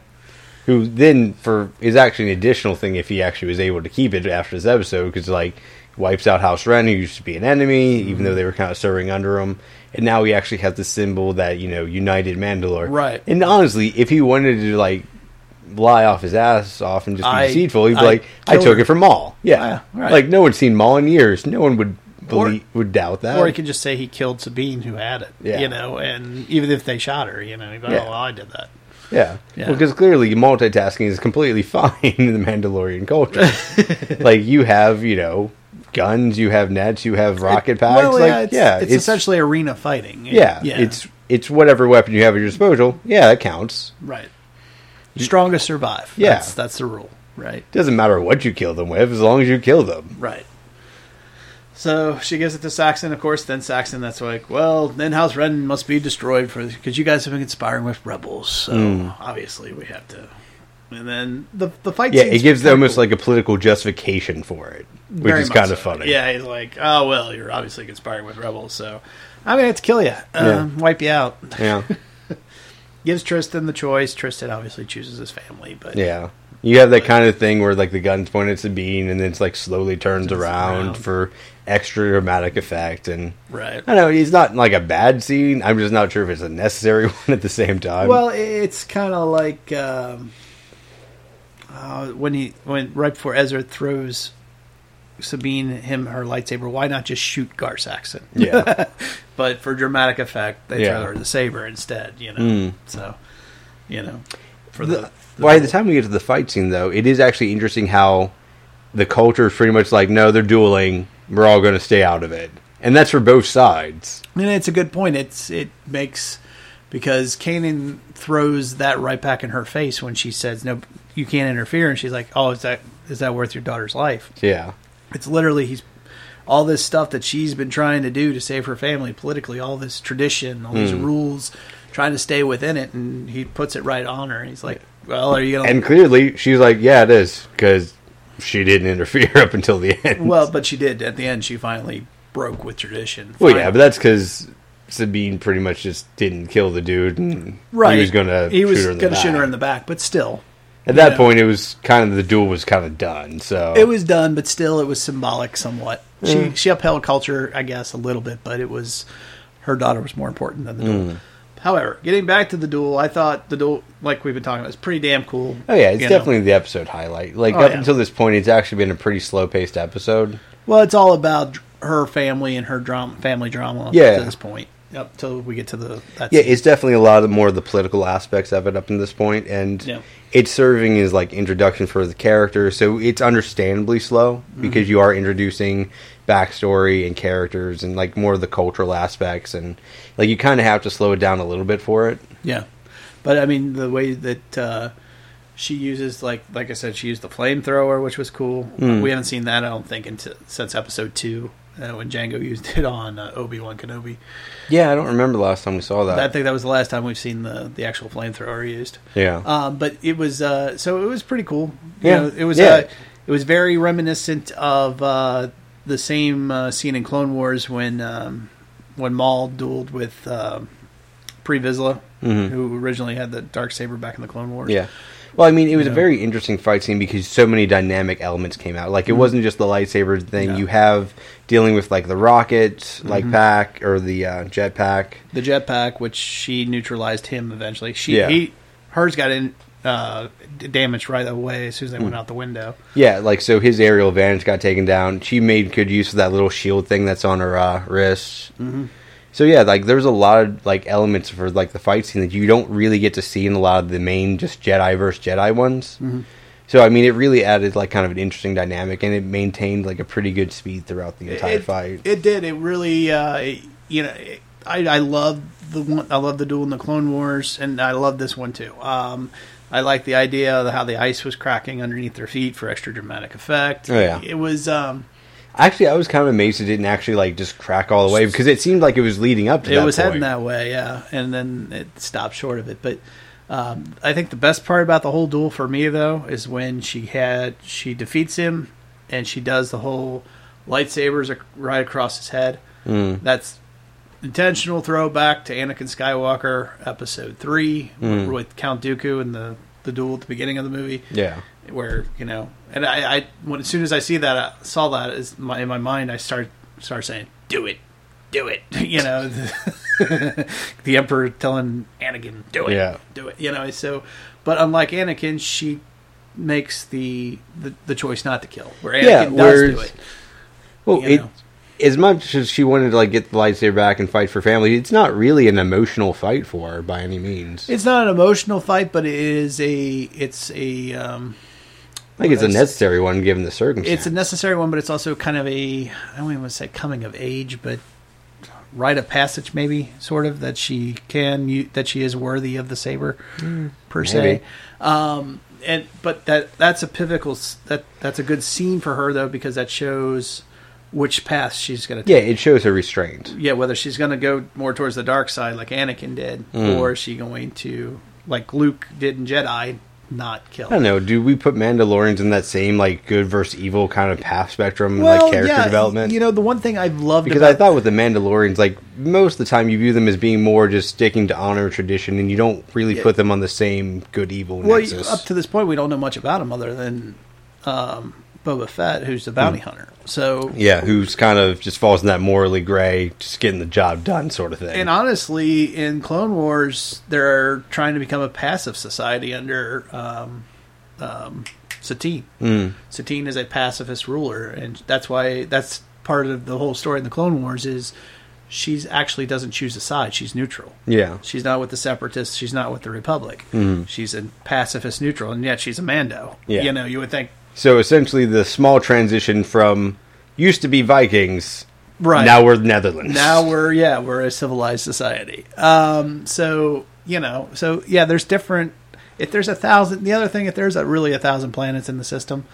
who then for is actually an additional thing if he actually was able to keep it after this episode because like wipes out House Ren who used to be an enemy even Mm-hmm. though they were kind of serving under him. And now he actually has the symbol that you know united Mandalore. Right. And honestly, if he wanted to like lie off his ass off and just be I- deceitful, he'd be I like, "I killed took her." it from Maul." Yeah, Yeah, right. like no one's seen Maul in years. No one would believe, would doubt that. or he could just say he killed Sabine who had it, Uh, Yeah. you know, and even if they shot her, you know, he'd be like, Yeah. oh, well, I did that. yeah, Yeah. because clearly multitasking is completely fine in the Mandalorian culture. like you have, you know, guns, you have nets, you have rocket packs. Well, like yeah, it's, yeah, it's, essentially arena fighting. yeah, it's it's whatever weapon you have at your disposal. Yeah, that counts. Right. Strongest survive. Yeah. That's, that's the rule. Right. Doesn't matter what you kill them with, as long as you kill them. Right. So she gives it to Saxon, of course. Then Saxon, that's like, well, then House Ren must be destroyed for because you guys have been conspiring with rebels. So Hmm. obviously we have to. And then the the fight. Yeah, scene's it gives kinda almost cool. like a political justification for it, which Very is much kind of so. funny. Yeah, he's like, oh well, you're obviously conspiring with rebels, so I'm gonna have to kill you, um, wipe you out. yeah, Gives Tristan the choice. Tristan obviously chooses his family, but yeah. You have that kind of thing where like the gun's pointed at Sabine, and then it's like slowly turns around, around. for extra dramatic effect. And right. I don't know it's not like a bad scene. I'm just not sure if it's a necessary one at the same time. Well, it's kind of like um, uh, when he when right before Ezra throws Sabine him her lightsaber. Why not just shoot Gar Saxon? yeah, But for dramatic effect, they Yeah. Hmm. throw her the saber instead. You know, so you know for the, the, by the time we get to the fight scene, though, it is actually interesting how the culture is pretty much like, no, they're dueling. We're all going to stay out of it, and that's for both sides. And it's a good point. It's it makes because Kanan throws that right back in her face when she says, "No, you can't interfere," and she's like, "Oh, is that is that worth your daughter's life?" Yeah, It's literally he's all this stuff that she's been trying to do to save her family politically, all this tradition, all Hmm. these rules, trying to stay within it, and he puts it right on her. And he's like, "Well, are you gonna?" and clearly she's like, yeah, it is because she didn't interfere up until the end. well, but she did. At the end, she finally broke with tradition. Well, yeah, but that's because Sabine pretty much just didn't kill the dude. And right. He was going to. He was shoot her in the gonna shoot her back. in the back, but still, At that yeah. point, it was kind of the duel was kind of done. So it was done. But still, it was symbolic somewhat. Mm. She she upheld culture, I guess, a little bit, but it was her daughter was more important than the duel. Mm. However, getting back to the duel, I thought the duel, like we've been talking about, is pretty damn cool. Oh yeah, it's you know. definitely the episode highlight. Like Oh, up yeah. until this point, it's actually been a pretty slow paced episode. Well, it's all about her family and her drama, family drama Yeah. at this point. up till we get to the. That's Yeah, it's definitely a lot of more of the political aspects of it up to this point, and Yeah. it's serving as like introduction for the character. So it's understandably slow Mm-hmm. because you are introducing backstory and characters and like more of the cultural aspects, and like you kind of have to slow it down a little bit for it. Yeah, but I mean the way that uh, she uses like like I said, she used the flamethrower, which was cool. We haven't seen that I don't think until, since episode two uh, when Django used it on uh, Obi Wan Kenobi. Yeah, I don't remember the last time we saw that. I think that was the last time we've seen the the actual flamethrower used. yeah, Um, but it was uh, so it was pretty cool. You Yeah. know, it was Yeah. uh, it was very reminiscent of uh, the same uh, scene in Clone Wars when um, when Maul dueled with um Pre Vizsla, who originally had the dark saber back in the Clone Wars. Mm-hmm. yeah. Well, I mean, it was a very interesting fight scene because so many dynamic elements came out. Like, it wasn't just the lightsaber thing. Yeah. You have dealing with like the rocket, like pack or the uh, jetpack. the jetpack, which she neutralized him eventually. She Yeah. he hers got in uh, d- damaged right away as soon as they Mm-hmm. went out the window. Yeah, like so his aerial advantage got taken down. She made good use of that little shield thing that's on her uh, wrist. Mm-hmm. So yeah, like there's a lot of like elements for like the fight scene that you don't really get to see in a lot of the main just Jedi versus Jedi ones. So I mean, it really added like kind of an interesting dynamic, and it maintained like a pretty good speed throughout the entire it, fight. It did. It really, uh, it- you know, it, I I love the one. I love the duel in the Clone Wars, and I love this one too. Um, I like the idea of how the ice was cracking underneath their feet for extra dramatic effect. Oh, yeah. it was. Um, actually, I was kind of amazed it didn't actually like just crack all the way because it seemed like it was leading up to it that was heading point. that way, yeah, and then it stopped short of it. But um, I think the best part about the whole duel for me though is when she had she defeats him, and she does the whole lightsabers ac- right across his head. Mm. That's intentional throwback to Anakin Skywalker episode three Mm. with Count Dooku and the the duel at the beginning of the movie Yeah. where you know, and I, I when as soon as I see that, I saw that is my in my mind, I start start saying, "Do it, do it," you know, the, the emperor telling Anakin, "Do it, Yeah. do it," you know. So, but unlike Anakin, she makes the the, the choice not to kill, where Anakin Yeah, does do whereas- it. Well, you it, know. as much as she wanted to like get the lightsaber back and fight for family, it's not really an emotional fight for her by any means. It's not an emotional fight, but it is a it's a um, I think it's a necessary one given the circumstance. it's a necessary one, but it's also kind of a I don't even want to say coming of age, but rite of passage, maybe sort of that she can u- that she is worthy of the saber per se. Mm. maybe. Um, and but that that's a pivotal s- that that's a good scene for her though because that shows which path she's going to yeah, it shows her restraint. yeah, whether she's going to go more towards the dark side like Anakin did, Mm. or is she going to like Luke did in Jedi, not kill. I don't know. Do we put Mandalorians in that same like good versus evil kind of path spectrum, like character development? You know, the one thing I've loved because about I thought with the Mandalorians, like most of the time, you view them as being more just sticking to honor and tradition, and you don't really put them on the same good evil well, nexus. up to this point, we don't know much about him other than um, Boba Fett, who's the bounty hunter. So, Hmm. yeah, who's kind of just falls in that morally gray, just getting the job done sort of thing. and honestly, in Clone Wars, they're trying to become a passive society under um, um, Satine. Hmm. Satine is a pacifist ruler, and that's why that's part of the whole story in the Clone Wars is she's actually doesn't choose a side; she's neutral. yeah, Hmm. She's not with the separatists. She's not with the Republic. She's a pacifist neutral, and yet she's a Mando. Yeah. You know, you would think So essentially, the small transition from used to be Vikings, Right. Now we're Netherlands. now we're yeah we're a civilized society um so you know so yeah there's different if there's a thousand the other thing if there's a, really a thousand planets in the system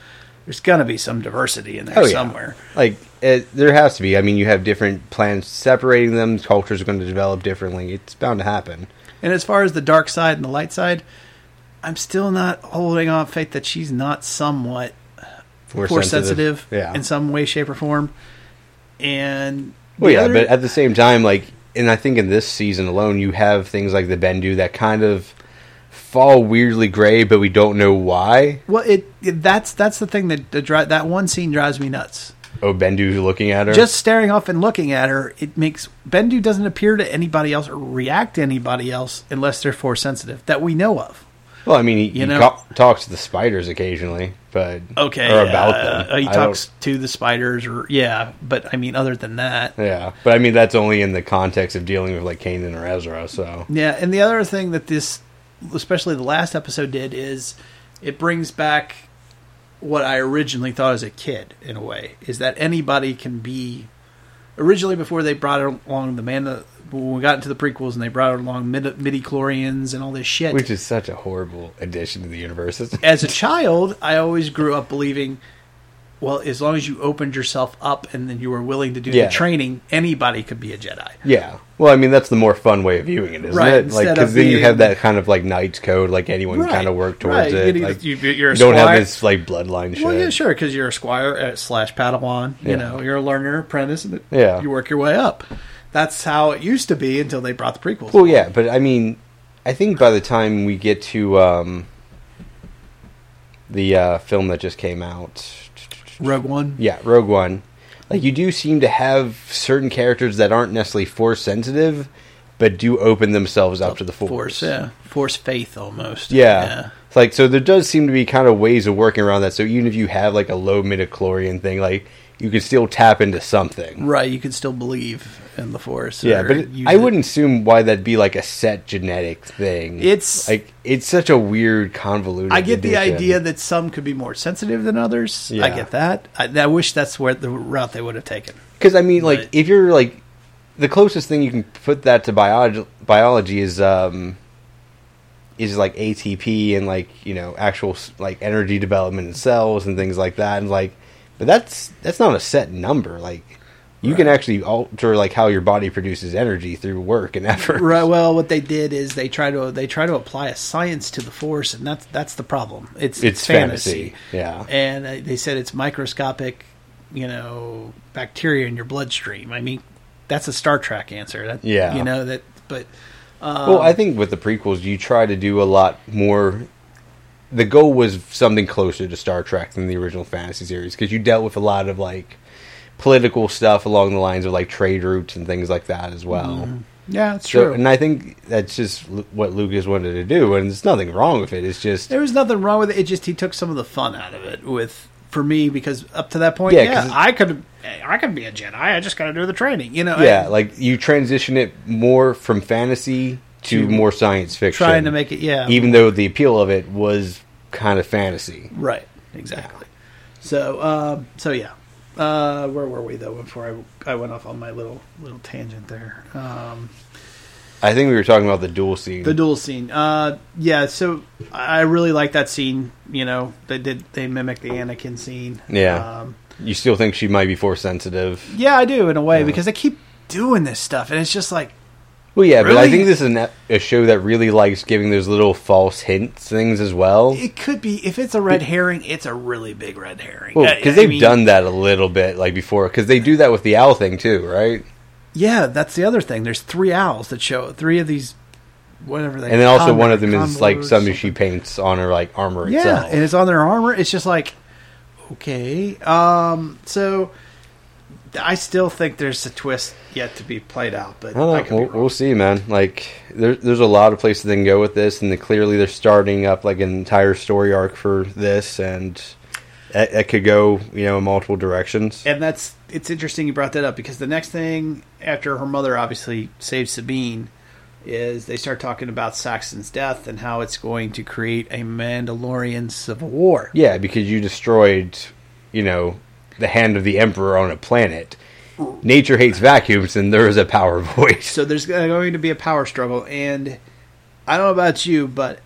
there's gonna be some diversity in there Oh, yeah. somewhere like it, there has to be. I mean, you have different plans separating them. Cultures are going to develop differently. It's bound to happen. and as far as the dark side and the light side i'm still not holding on faith that she's not somewhat We're force sensitive, Yeah. in some way shape or form and well, the yeah, other- but at the same time, like, and I think in this season alone, you have things like the Bendu that kind of fall weirdly gray, but we don't know why. well it, it that's that's the thing that, that dri- that one scene drives me nuts Oh, Bendu looking at her. just staring off and looking at her, it makes Bendu doesn't appear to anybody else or react to anybody else unless they're force sensitive that we know of. Well, I mean, he, You know? he co- talks to the spiders occasionally, but Okay, or about uh, them. He I talks to the spiders, or yeah, but I mean, other than that, don't- yeah, but I mean that's only in the context of dealing with like Canaan or Ezra. So Yeah, and the other thing that this, especially the last episode, did is it brings back what I originally thought as a kid, in a way, is that anybody can be. Originally, before they brought along the man, when we got into the prequels and they brought along midi chlorians and all this shit. which is such a horrible addition to the universe. It's- as a child, I always grew up believing, well, as long as you opened yourself up and then you were willing to do Yeah. the training, anybody could be a Jedi. yeah. Well, I mean that's the more fun way of viewing it, isn't Right, it? Like instead because of then you being- have that kind of like Knight's Code, like anyone Right, kind of work towards right. it. You- like, you- you're a don't have squire. this like bloodline shit. Well, yeah, sure, because you're a squire uh, slash Padawan. You Yeah. know, you're a learner, apprentice, and Yeah. you work your way up. That's how it used to be until they brought the prequels. Well, yeah, but I mean, I think by the time we get to um, the uh, film that just came out, Rogue One. yeah, Rogue One, like you do seem to have certain characters that aren't necessarily force sensitive, but do open themselves up to the force. Force, yeah, Force faith almost. Yeah. It's like so there does seem to be kind of ways of working around that. So even if you have like a low midichlorian thing, like you can still tap into something. right. You can still believe in the Force. Yeah, or but it- use I it. wouldn't assume why that'd be like a set genetic thing. It's- like it's such a weird convoluted. I get the addition. idea that some could be more sensitive than others. I Yeah. get that. I, I wish that's where the route they would have taken. because I mean, like Right. if you're like the closest thing you can put that to biology, biology is um is like ATP and like you know actual s- like energy development in cells and things like that, and like but that's that's not a set number. Like you can actually alter like how your body produces energy through work and effort. Right. Well, what they did is they try to they try to apply a science to the force, and that's that's the problem. It's It's it's fantasy. fantasy, yeah. And uh, they said it's microscopic, you know, bacteria in your bloodstream. I mean, that's a Star Trek answer. That, Yeah. You know that, but well, Um, I think with the prequels, you try to do a lot more. The goal was something closer to Star Trek than the original fantasy series because you dealt with a lot of like political stuff along the lines of like trade routes and things like that as well. yeah, it's So, Mm-hmm. true. and I think that's just l- what Lucas wanted to do, and there's nothing wrong with it. It's just there was nothing wrong with it. It just he took some of the fun out of it with for me because up to that point, Yeah, yeah, 'cause it- I could I could be a Jedi. I just got to do the training. You know. yeah, I- like you transition it more from fantasy to more science fiction, trying to make it- yeah. Even though the appeal of it was kind of fantasy, Right. Exactly. So, um, so yeah. Uh, where were we though? Before I, I went off on my little little tangent there. Um, I think we were talking about the duel scene. the duel scene. Uh, yeah. So I I really like that scene. You know, they did they mimic the Anakin scene. Yeah. Um, you still think she might be force sensitive? yeah, I do in a way because they keep doing this stuff, and it's just like Well, yeah, but I Really? think this is an, ep- a show that really likes giving those little false hints things as well. it could be if it's a red herring, it's a really big red herring. Well, I- I because they've mean- done that a little bit, like before, because they do that with the owl thing too, right? Yeah, that's the other thing. There's three owls that show three of these. Whatever they And then also one conver- of them is like convolutes, something she paints on her like armor Yeah, itself. and it's on their armor. It's just like, okay. Um, so I still think there's a twist yet to be played out, but I don't know. I could be we'll, wrong. we'll see, man. Like, there, there's a lot of places they can go with this, and they, clearly they're starting up like an entire story arc for this, and it, it could go, you know, in multiple directions. and that's it's interesting you brought that up because the next thing after her mother obviously saves Sabine is they start talking about Saxon's death and how it's going to create a Mandalorian civil war. Yeah, because you destroyed, you know, the hand of the emperor on a planet. Nature hates vacuums, and there is a power void. So there's going to be a power struggle, and I don't know about you, but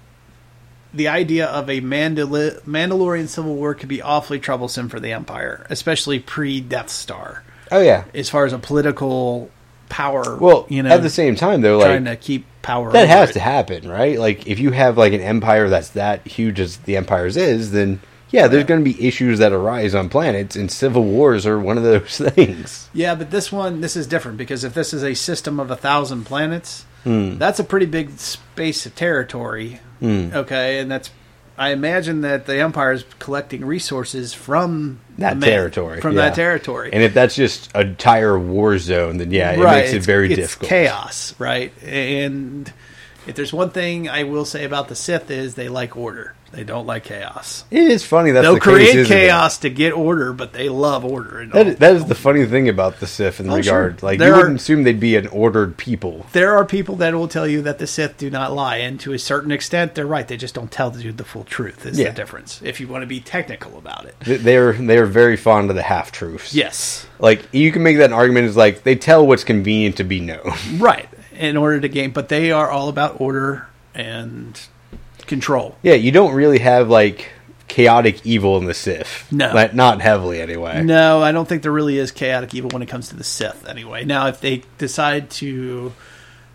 the idea of a Mandal- Mandalorian civil war could be awfully troublesome for the Empire, especially pre Death Star, oh yeah. as far as a political power. Well, you know, at the same time, though, trying like to keep power that over has it. to happen, right? Like if you have like an empire that's that huge as the empire's is, then yeah, there's going to be issues that arise on planets, and civil wars are one of those things. Yeah, but this one, this is different because if this is a system of a thousand planets, Hmm. that's a pretty big space of territory. Okay, and that's. I imagine that the Empire is collecting resources from That the ma- territory, from yeah. that territory, And if that's just an entire war zone, then yeah, it makes it it's- very it's difficult. Chaos, right? And If there's one thing I will say about the Sith is they like order. They don't like chaos. It is funny that's They'll the create case, isn't it? chaos to get order, but they love order. And That all. is, that is the funny thing about the Sith in Oh, regard. sure. Like There you are- wouldn't assume they'd be an ordered people. there are people that will tell you that the Sith do not lie, and to a certain extent, they're right. They just don't tell you the full truth. Is Yeah. the difference if you want to be technical about it? Th- They're they're very fond of the half truths. Yes, Like you can make that argument is like they tell what's convenient to be known. right. In order to gain, but they are all about order and control. yeah, you don't really have like chaotic evil in the Sith. No. Like, not heavily anyway. No, I don't think there really is chaotic evil when it comes to the Sith. Anyway, now if they decide to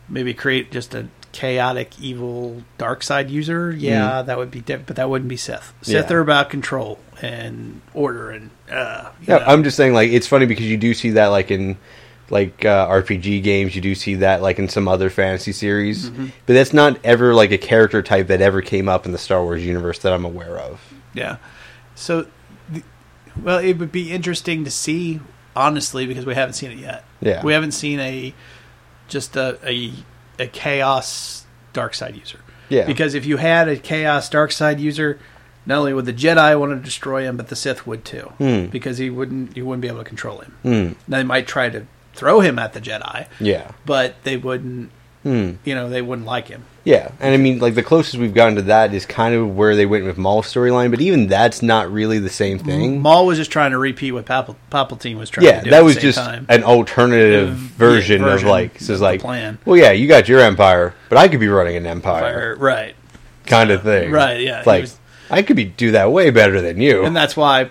maybe create just a chaotic evil dark side user, yeah, that would be different, but that wouldn't be Sith. Sith Hmm. Yeah. are about control and order and uh, you Yeah, know. I'm just saying like it's funny because you do see that like in like uh, RPG games, you do see that like in some other fantasy series, Mm-hmm. but that's not ever like a character type that ever came up in the Star Wars universe that I'm aware of. Yeah. So, the, well, it would be interesting to see, honestly, because we haven't seen it yet. Yeah. We haven't seen a just a a, a chaos dark side user. Yeah. Because if you had a chaos dark side user, not only would the Jedi want to destroy him, but the Sith would too, Hmm. because he wouldn't you wouldn't be able to control him. Now they might try to throw him at the Jedi. Yeah. Hmm. But they wouldn't. You know, they wouldn't like him. Yeah, and I mean, like the closest we've gotten to that is kind of where they went with Maul's storyline, but even that's not really the same thing. Maul was just trying to repeat what Papal- Palpatine was trying Hmm. yeah, to do. that at was the same just time. an alternative Yeah, version, version of like, so of it's the like, plan. well, yeah, you got your empire, but I could be running an empire, Fire, right. kind of thing, Right, yeah, he like was- I could be do that way better than you, And that's why,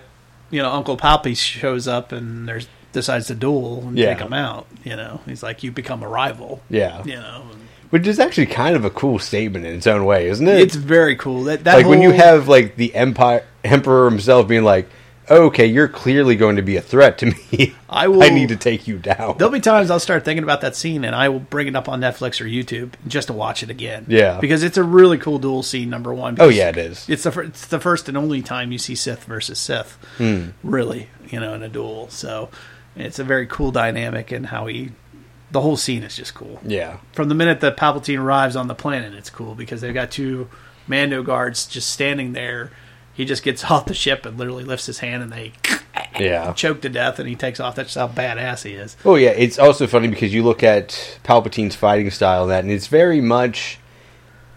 you know, Uncle Poppy shows up and there's decides to duel and Yeah. take him out. You know, he's like, you become a rival. yeah, You know, which is actually kind of a cool statement in its own way, isn't it? it's very cool. That that like when you whole- have like the empire emperor himself being like, okay, you're clearly going to be a threat to me. I will- I need to take you down. There'll be times I'll start thinking about that scene and I will bring it up on Netflix or YouTube just to watch it again. Yeah. because it's a really cool duel scene. Number one. Oh because yeah, it is. It's the fir- it's the first and only time you see Sith versus Sith, Hmm. really, you know, in a duel. So it's a very cool dynamic, and how he, the whole scene is just cool. Yeah. From the minute that Palpatine arrives on the planet, it's cool because they've got two Mando guards just standing there. He just gets off the ship and literally lifts his hand, and they Yeah. choke to death, and he takes off. That's how badass he is. Oh yeah, it's also funny because you look at Palpatine's fighting style and that and it's very much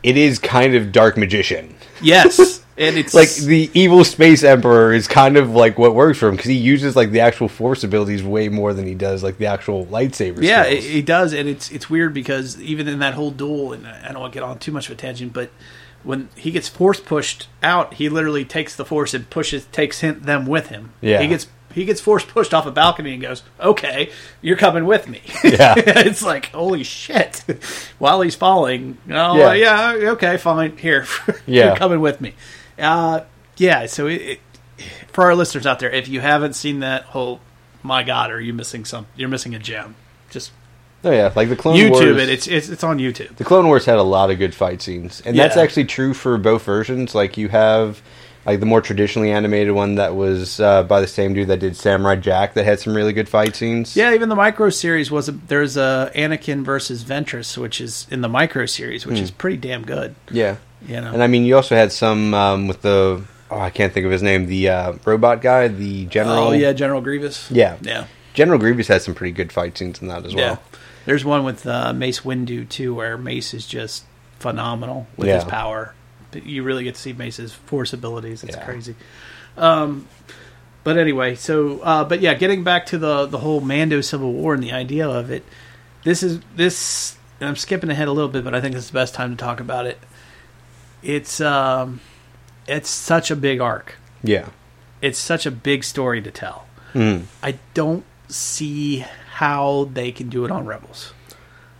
it is kind of dark magician. Yes, and it's Like the evil space emperor is kind of like what works for him because he uses like the actual force abilities way more than he does like the actual lightsaber. Yeah, it, skills. it does, and it's it's weird because even in that whole duel, and I I don't want to get on too much of a tangent, but when he gets force pushed out, he literally takes the force and pushes takes him, them with him. Yeah. he gets he gets force pushed off a balcony and goes, "Okay, you're coming with me." Yeah. it's like holy shit. While he's falling, oh Yeah. yeah, okay, fine, here, Yeah. you're coming with me. Uh, yeah, so it, it for our listeners out there, if you haven't seen that whole, my God, are you missing some? You're missing a gem. Just oh yeah, like the Clone Wars. YouTube it. It's it's, it's on YouTube. the Clone Wars had a lot of good fight scenes, and that's Yeah. actually true for both versions. Like you have like the more traditionally animated one that was uh, by the same dude that did Samurai Jack that had some really good fight scenes. Yeah, even the micro series was a, there's a Anakin versus Ventress, which is in the micro series, which is pretty damn good. yeah. You know, Hmm. And I mean, you also had some um, with the oh, I can't think of his name, the uh, robot guy, the general. oh yeah, General Grievous. yeah, yeah, General Grievous had some pretty good fight scenes in that as well. yeah. There's one with uh, Mace Windu too, where Mace is just phenomenal with his Yeah. power. But You really get to see Mace's force abilities. It's Yeah. crazy. Um, but anyway, so uh, but yeah, getting back to the the whole Mando Civil War and the idea of it. This is this. And I'm skipping ahead a little bit, but I think this is the best time to talk about it. It's um, it's such a big arc Yeah, it's such a big story to tell. Hmm. I don't see how they can do it on Rebels.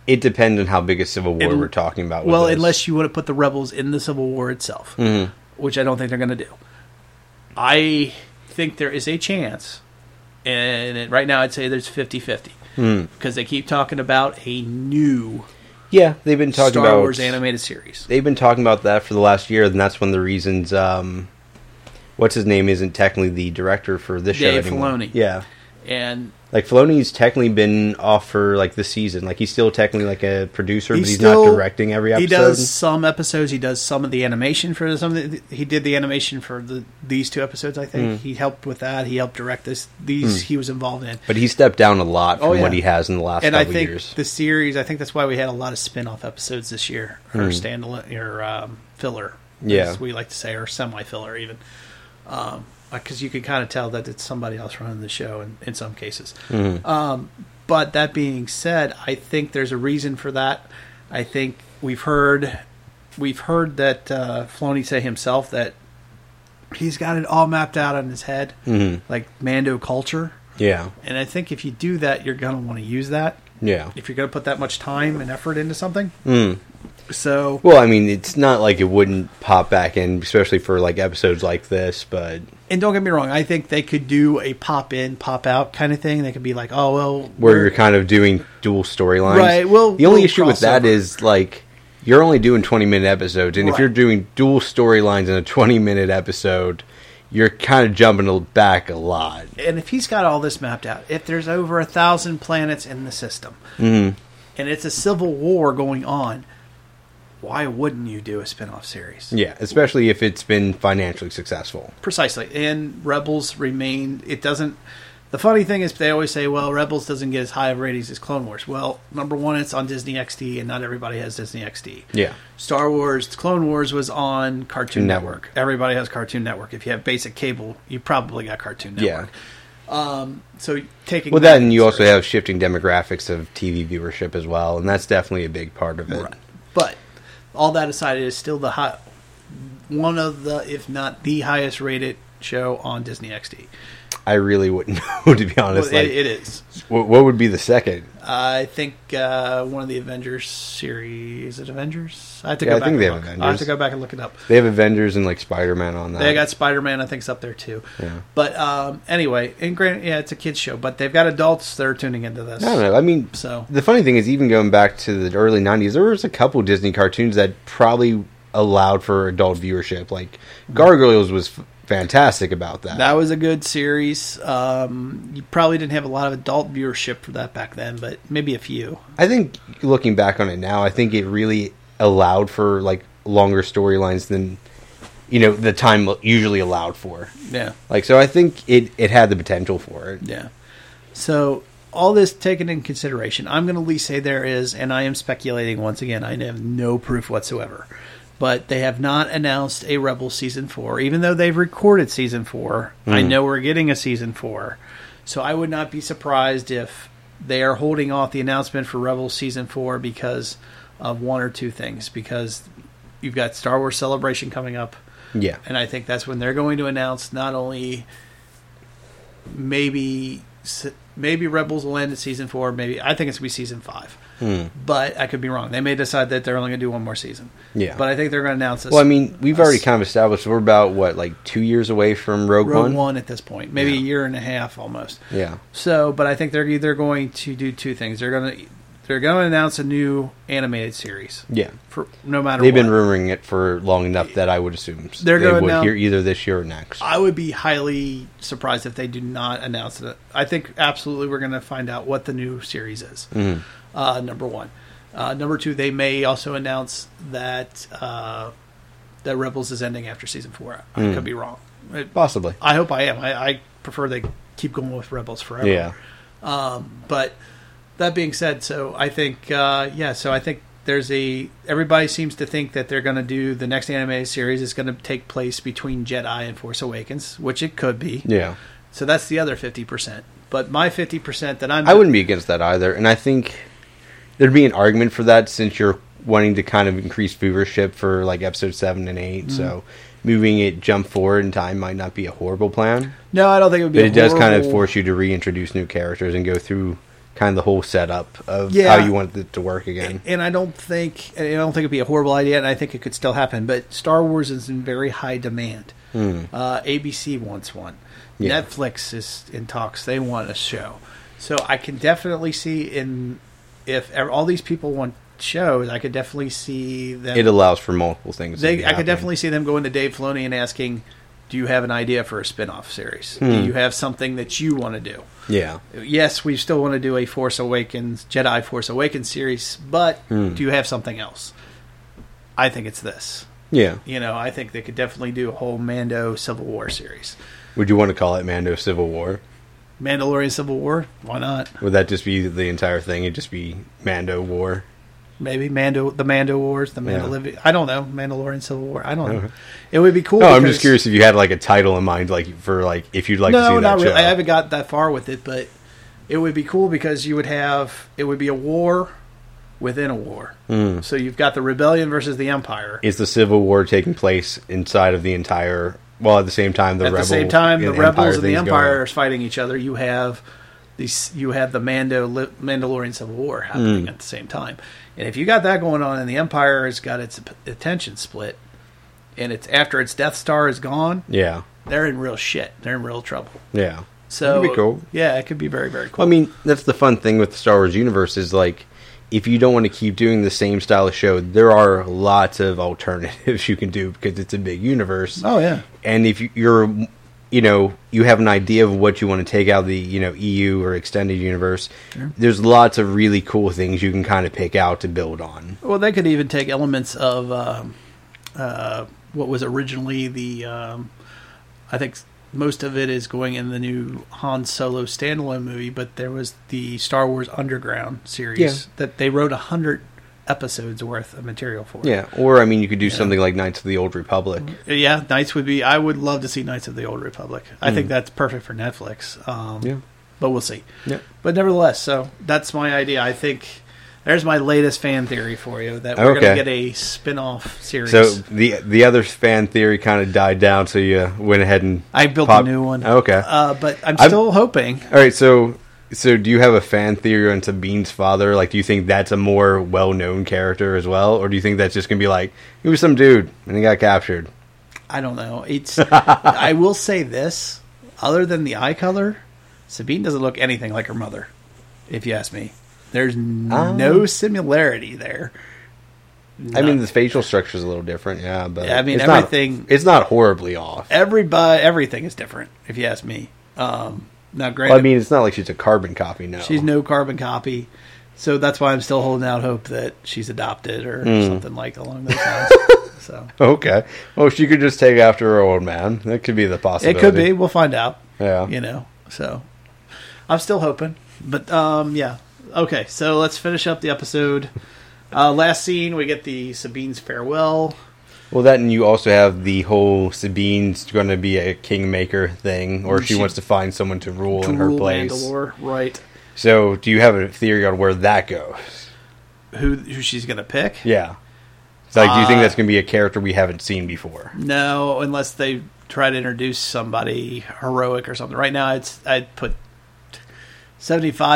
it depends on how big a civil war Un- we're talking about. with Well, this. Hmm. unless you want to put the Rebels in the Civil War itself, which I don't think they're going to do. I think there is a chance, and it, right now I'd say there's 50 50 Hmm. because they keep talking about a new yeah, they've been talking Star about Wars animated series. They've been talking about that for the last year, and that's one of the reasons. Um, what's his name isn't technically the director for this show Dave anymore. Filoni. Yeah, and Like Filoni's technically been off for like the season. Like he's still technically like a producer, but he's not still- directing every episode. He does some episodes. He does some of the animation for some. Of the, he did the animation for the these two episodes. I think Hmm. he helped with that. He helped direct this. These he was involved in. But he stepped down a lot from Oh, yeah. what he has in the last and I couple think years. the series. I think that's why we had a lot of spin-off episodes this year, or standalone, or um, filler. Hmm. Yeah. as we like to say, or semi-filler even, because you could kind of tell that it's somebody else running the show in, in some cases. Hmm. Um, but that being said, I think there's a reason for that. I think we've heard we've heard that uh, Filoni say himself that he's got it all mapped out in his head, Hmm. like Mando culture. yeah, And I think if you do that, you're going to want to use that yeah. if you're going to put that much time and effort into something. Hmm. So Well, I mean, it's not like it wouldn't pop back in, especially for like episodes like this. But and don't get me wrong, I think they could do a pop in, pop out kind of thing. They could be like, oh well, where we're- you're kind of doing dual storylines. Right, well, the only we'll issue with that crossover. is like you're only doing 20 minute episodes, and if Right. you're doing dual storylines in a 20 minute episode, you're kind of jumping a- back a lot. and if he's got all this mapped out, if there's over a thousand planets in the system, Hmm. and it's a civil war going on, why wouldn't you do a spin-off series? Yeah, especially if it's been financially successful. Precisely. And Rebels remain. It doesn't. The funny thing is, they always say, well, Rebels doesn't get as high of ratings as Clone Wars. Well, number one, it's on Disney XD, and not everybody has Disney XD. Yeah. Star Wars, Clone Wars was on Cartoon Network. Network. Everybody has Cartoon Network. If you have basic cable, you probably got Cartoon Yeah. Network. So taking Well, then into you also consideration- have shifting demographics of TV viewership as well, and that's definitely a big part of it. But all that aside, it is still the high, one of the, if not the highest rated show on Disney XD. I really wouldn't know, to be Well, honest. it, like, it is. wh- what would be the second? I think uh, one of the Avengers series. Is it Avengers? I have to Yeah, go I back think and they look. have I have Avengers. to go back and look it up. They have Avengers and like Spider Man on that. They got Spider Man. I think's up there too. Yeah. But um, anyway, and granted, yeah, it's a kids show, but they've got adults that are tuning into this. I don't know. I mean, So- the funny thing is, even going back to the early '90s, there was a couple Disney cartoons that probably allowed for adult viewership. Like Gargoyles was f- fantastic about that. That was a good series. Um, you probably didn't have a lot of adult viewership for that back then, but maybe a few. I think looking back on it now, I think it really allowed for like longer storylines than you know the time usually allowed for. Yeah. Like, so I think it it had the potential for it. Yeah. So all this taken in consideration, I'm going to at least say there is, and I am speculating once again. I have no proof whatsoever, but they have not announced a Rebel season four, even though they've recorded season four. I know we're getting a season four, so I would not be surprised if they are holding off the announcement for Rebel season four because of one or two things. Because you've got Star Wars Celebration coming up. Yeah, And I think that's when they're going to announce not only maybe maybe Rebels will end at season four, maybe I think it's gonna be season five. Hmm. But I could be wrong. They may decide that they're only gonna do one more season. Yeah. But I think they're gonna announce this. Well, I mean, we've already us- kind of established we're about what like two years away from Rogue, Rogue One? One. at this point, maybe a year and a half almost. Yeah. So, but I think they're either going to do two things. They're gonna they're gonna announce a new animated series. Yeah. For no matter They've what. been rumoring it for long enough that I would assume s- They're they going would now- hear either this year or next. I would be highly surprised if they do not announce it. I think absolutely we're going to find out what the new series is. Uh, number one, uh, number two, they may also announce that uh, that Rebels is ending after season four. I could be wrong. It- Possibly. I hope I am. I, I prefer they keep going with Rebels forever. Yeah. But that being said, so I think uh, yeah, so I think there's a everybody seems to think that they're going to do the next anime series is going to take place between Jedi and Force Awakens, which it could be. Yeah. So that's the other fifty percent. But my fifty percent that I'm I wouldn't be against that either. And I think there'd be an argument for that since you're wanting to kind of increase viewership for like episode seven and 8 Mm-hmm. So moving it jump forward in time might not be a horrible plan. No, I don't think it would be. But a it does kind of horrible- force you to reintroduce new characters and go through kind of the whole setup of Yeah. how you want it to work again. And I don't think and I don't think it'd be a horrible idea, and I think it could still happen. But Star Wars is in very high demand. Uh, ABC wants one. Yeah. Netflix is in talks; they want a show. So I can definitely see in if ev- all these people want shows, I could definitely see them. It allows for multiple things. to they, be I could happening. definitely see them going to Dave Filoni and asking, Do you have an idea for a spin off series? Do you have something that you want to do? Yeah. Yes, we still want to do a Force Awakens, Jedi Force Awakens series, but Hmm. do you have something else? I think it's this. Yeah. You know, I think they could definitely do a whole Mando Civil War series. Would you want to call it Mando Civil War? Mandalorian Civil War? Why not? Would that just be the entire thing? It'd just be Mando War. Maybe Mando, the Mando Wars, the Yeah. Mandalorian. I don't know. Mandalorian Civil War. I don't know. It would be cool. No, Oh, I'm just because- curious if you had like a title in mind, like for like if you'd like to see no, that not show. really. I haven't got that far with it, but it would be cool because you would have it would be a war within a war. Hmm. So you've got the rebellion versus the empire. Is the Civil War taking place inside of the entire? Well, at the same time, the At rebel the same time, the and Empire rebels and the thing's going on. empire are fighting each other. You have these. You have the Mando Li- Mandalorian Civil War Hmm. happening at the same time. And if you got that going on, and the empire has got its p- attention split, and it's after its Death Star is gone, Yeah, they're in real shit. They're in real trouble. yeah. So That'd be cool. Yeah, it could be very very cool. Well, I mean, that's the fun thing with the Star Wars universe is like, if you don't want to keep doing the same style of show, there are lots of alternatives you can do because it's a big universe. Oh, yeah. and if you- you're, you know, you have an idea of what you want to take out of the you know EU or extended universe, there's lots of really cool things you can kind of pick out to build on. Well, they could even take elements of um, uh, what was originally the. Um, I think most of it is going in the new Han Solo standalone movie, but there was the Star Wars Underground series Yeah. that they wrote a hundred episodes worth of material for. Yeah, or I mean, you could do something like Knights of the Old Republic. yeah. Knights would be. I would love to see Knights of the Old Republic. I think that's perfect for Netflix. Um, Mm. Yeah. but we'll see. Yeah. But nevertheless, so that's my idea. I think. There's my latest fan theory for you that we're Okay. going to get a spin-off series. So the the other fan theory kind of died down, so you went ahead and I built pop- a new one. Okay, Uh, but I'm I'm- still hoping. all right. So so do you have a fan theory on Sabine's father? Like, do you think that's a more well known character as well, or do you think that's just gonna be like he was some dude and he got captured? I don't know. It's. I will say this. Other than the eye color, Sabine doesn't look anything like her mother. If you ask me, there's n- Ah. no similarity there. I mean, the facial structure is a little different, yeah, but Yeah, I mean, it's not- everything- it's not horribly off. Everybody, everything is different. If you ask me. Um, now, granted, Well, I mean, it's not like she's a carbon copy. No, she's no carbon copy, so that's why I'm still holding out hope that she's adopted or Hmm. something like along those lines. so Okay. Well, she could just take after her old man. That could be the it possibility. could be. We'll find out. Yeah. you know so i'm still hoping but um yeah okay so let's finish up the episode uh last scene we get the sabine's farewell Well, that and you also have the whole Sabine's going to be a kingmaker thing, or She- she, wants to find someone to rule to in her rule place. Mandalore, right So, do you have a theory on where that goes? who who she's gonna pick Yeah. It's Like, do you think Uh, that's going to be a character we haven't seen before? no unless they try to introduce somebody heroic or something right now it's i'd put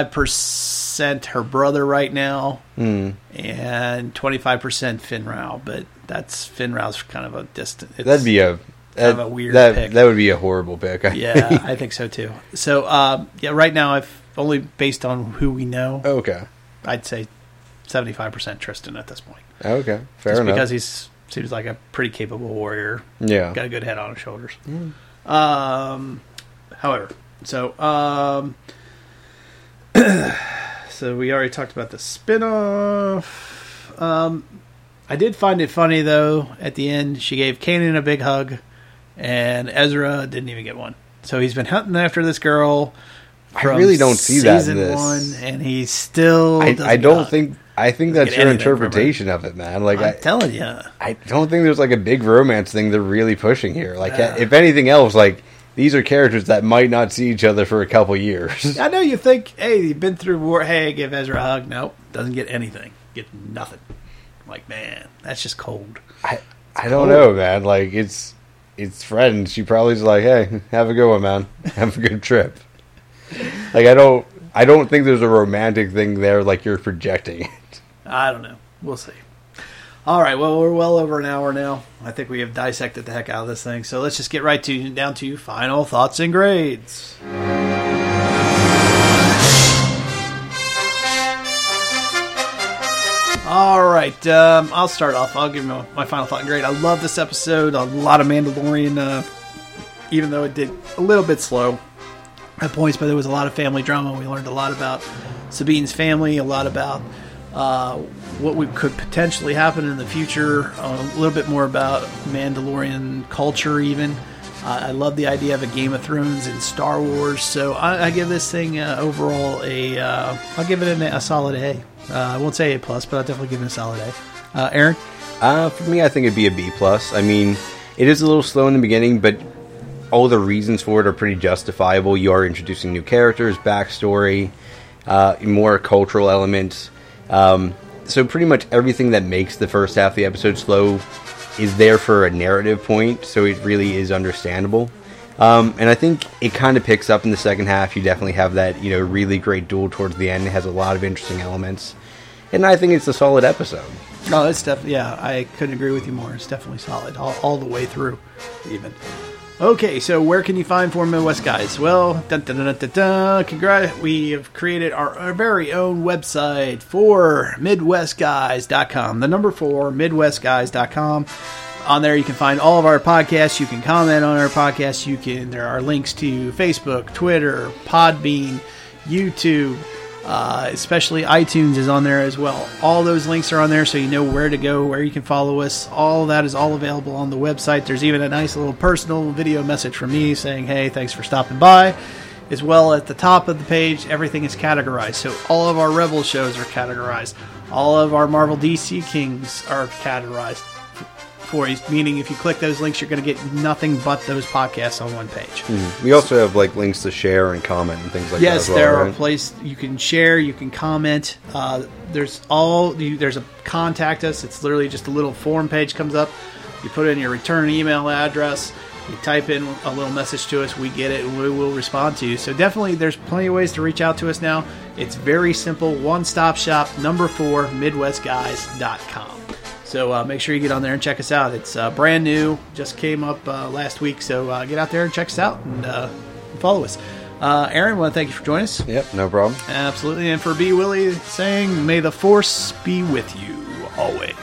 75% her brother right now Hmm. and 25% Finn Rao, but that's Finn Rao's kind of a distant. it's- That'd be a that, of a weird that, pick. that would be a horrible pick. I Yeah, think. I think so too. So, um, yeah, right now I've only based on who we know, okay. I'd say seventy-five percent Tristan at this point, Okay. Fair just enough. because he's seems like a pretty capable warrior. Yeah. got a good head on his shoulders. Um, however, so um, so we already talked about the spin-off. Um, I did find it funny though. At the end, she gave Kanan a big hug, and Ezra didn't even get one. So he's been hunting after this girl. from really don't see that season in this. and he still. I, doesn't I get a don't hug. think. I think that's get your anything from her. interpretation of it, man. Like, I'm I, telling you, I don't think there's like a big romance thing they're really pushing here. Like, if anything else, like these are characters that might not see each other for a couple years. I know you think, hey, you've been through war. Hey, give Ezra a hug. Nope, doesn't get anything. Get nothing. I'm like, man, that's just cold. I, I don't know, man. Like, it's it's friends. She probably's like, hey, have a good one, man. Have a good trip. like, I don't I don't think there's a romantic thing there. Like you're projecting it. I don't know. We'll see. All right. Well, we're well over an hour now. I think we have dissected the heck out of this thing. So let's just get right to down to final thoughts and grades. All right. Um, I'll start off. I'll give my, my final thought and grade. I love this episode. A lot of Mandalorian uh, even though it did a little bit slow at points, but there was a lot of family drama. We learned a lot about Sabine's family, a lot about uh, what we, could potentially happen in the future, uh, a little bit more about Mandalorian culture, even. Uh, I love the idea of a Game of Thrones and Star Wars, so I, I give this thing uh, overall a. Uh, I'll give it an, a solid A. Uh, I won't say A plus, but I'll definitely give it a solid A. Uh, Aaron, Uh, for me, I think it'd be a B plus. I mean, it is a little slow in the beginning, but all the reasons for it are pretty justifiable. You are introducing new characters, backstory, uh, more cultural elements. Um, so pretty much everything that makes the first half of the episode slow is there for a narrative point. So it really is understandable. Um, and I think it kind of picks up in the second half. You definitely have that, you know, really great duel towards the end. It has a lot of interesting elements, and I think it's a solid episode. Oh, it's definitely yeah. I couldn't agree with you more. It's definitely solid all, all the way through, even. Okay, so where can you find Four Midwest Guys? Well, dun, dun, dun, dun, dun, congrat- we have created our, our very own website for MidwestGuys.com. The number four, MidwestGuys.com. On there, you can find all of our podcasts. You can comment on our podcasts. You can. There are links to Facebook, Twitter, Podbean, YouTube, uh, especially iTunes is on there as well. All those links are on there, so you know where to go, where you can follow us. All that is all available on the website. There's even a nice little personal video message from me saying, "Hey, thanks for stopping by." As well at the top of the page, everything is categorized. So all of our Rebel shows are categorized. All of our Marvel DC Kings are categorized for you. Meaning, if you click those links, you're going to get nothing but those podcasts on one page. We also have like links to share and comment and things like Yes, that. Hmm. as well, there are right? places you can share, you can comment. Uh, there's all you, there's a contact us. It's literally just a little form page comes up. You put in your return email address. You type in a little message to us. We get it, and we will respond to you. So definitely, there's plenty of ways to reach out to us now. It's very simple. One stop shop. Number four, MidwestGuys.com. So uh, make sure you get on there and check us out. It's uh, brand new. Just came up uh, last week. So uh, get out there and check us out and uh, follow us. Uh, Aaron, want to thank you for joining us. Yep, no problem. Absolutely. And for B. Willie saying, may the force be with you always.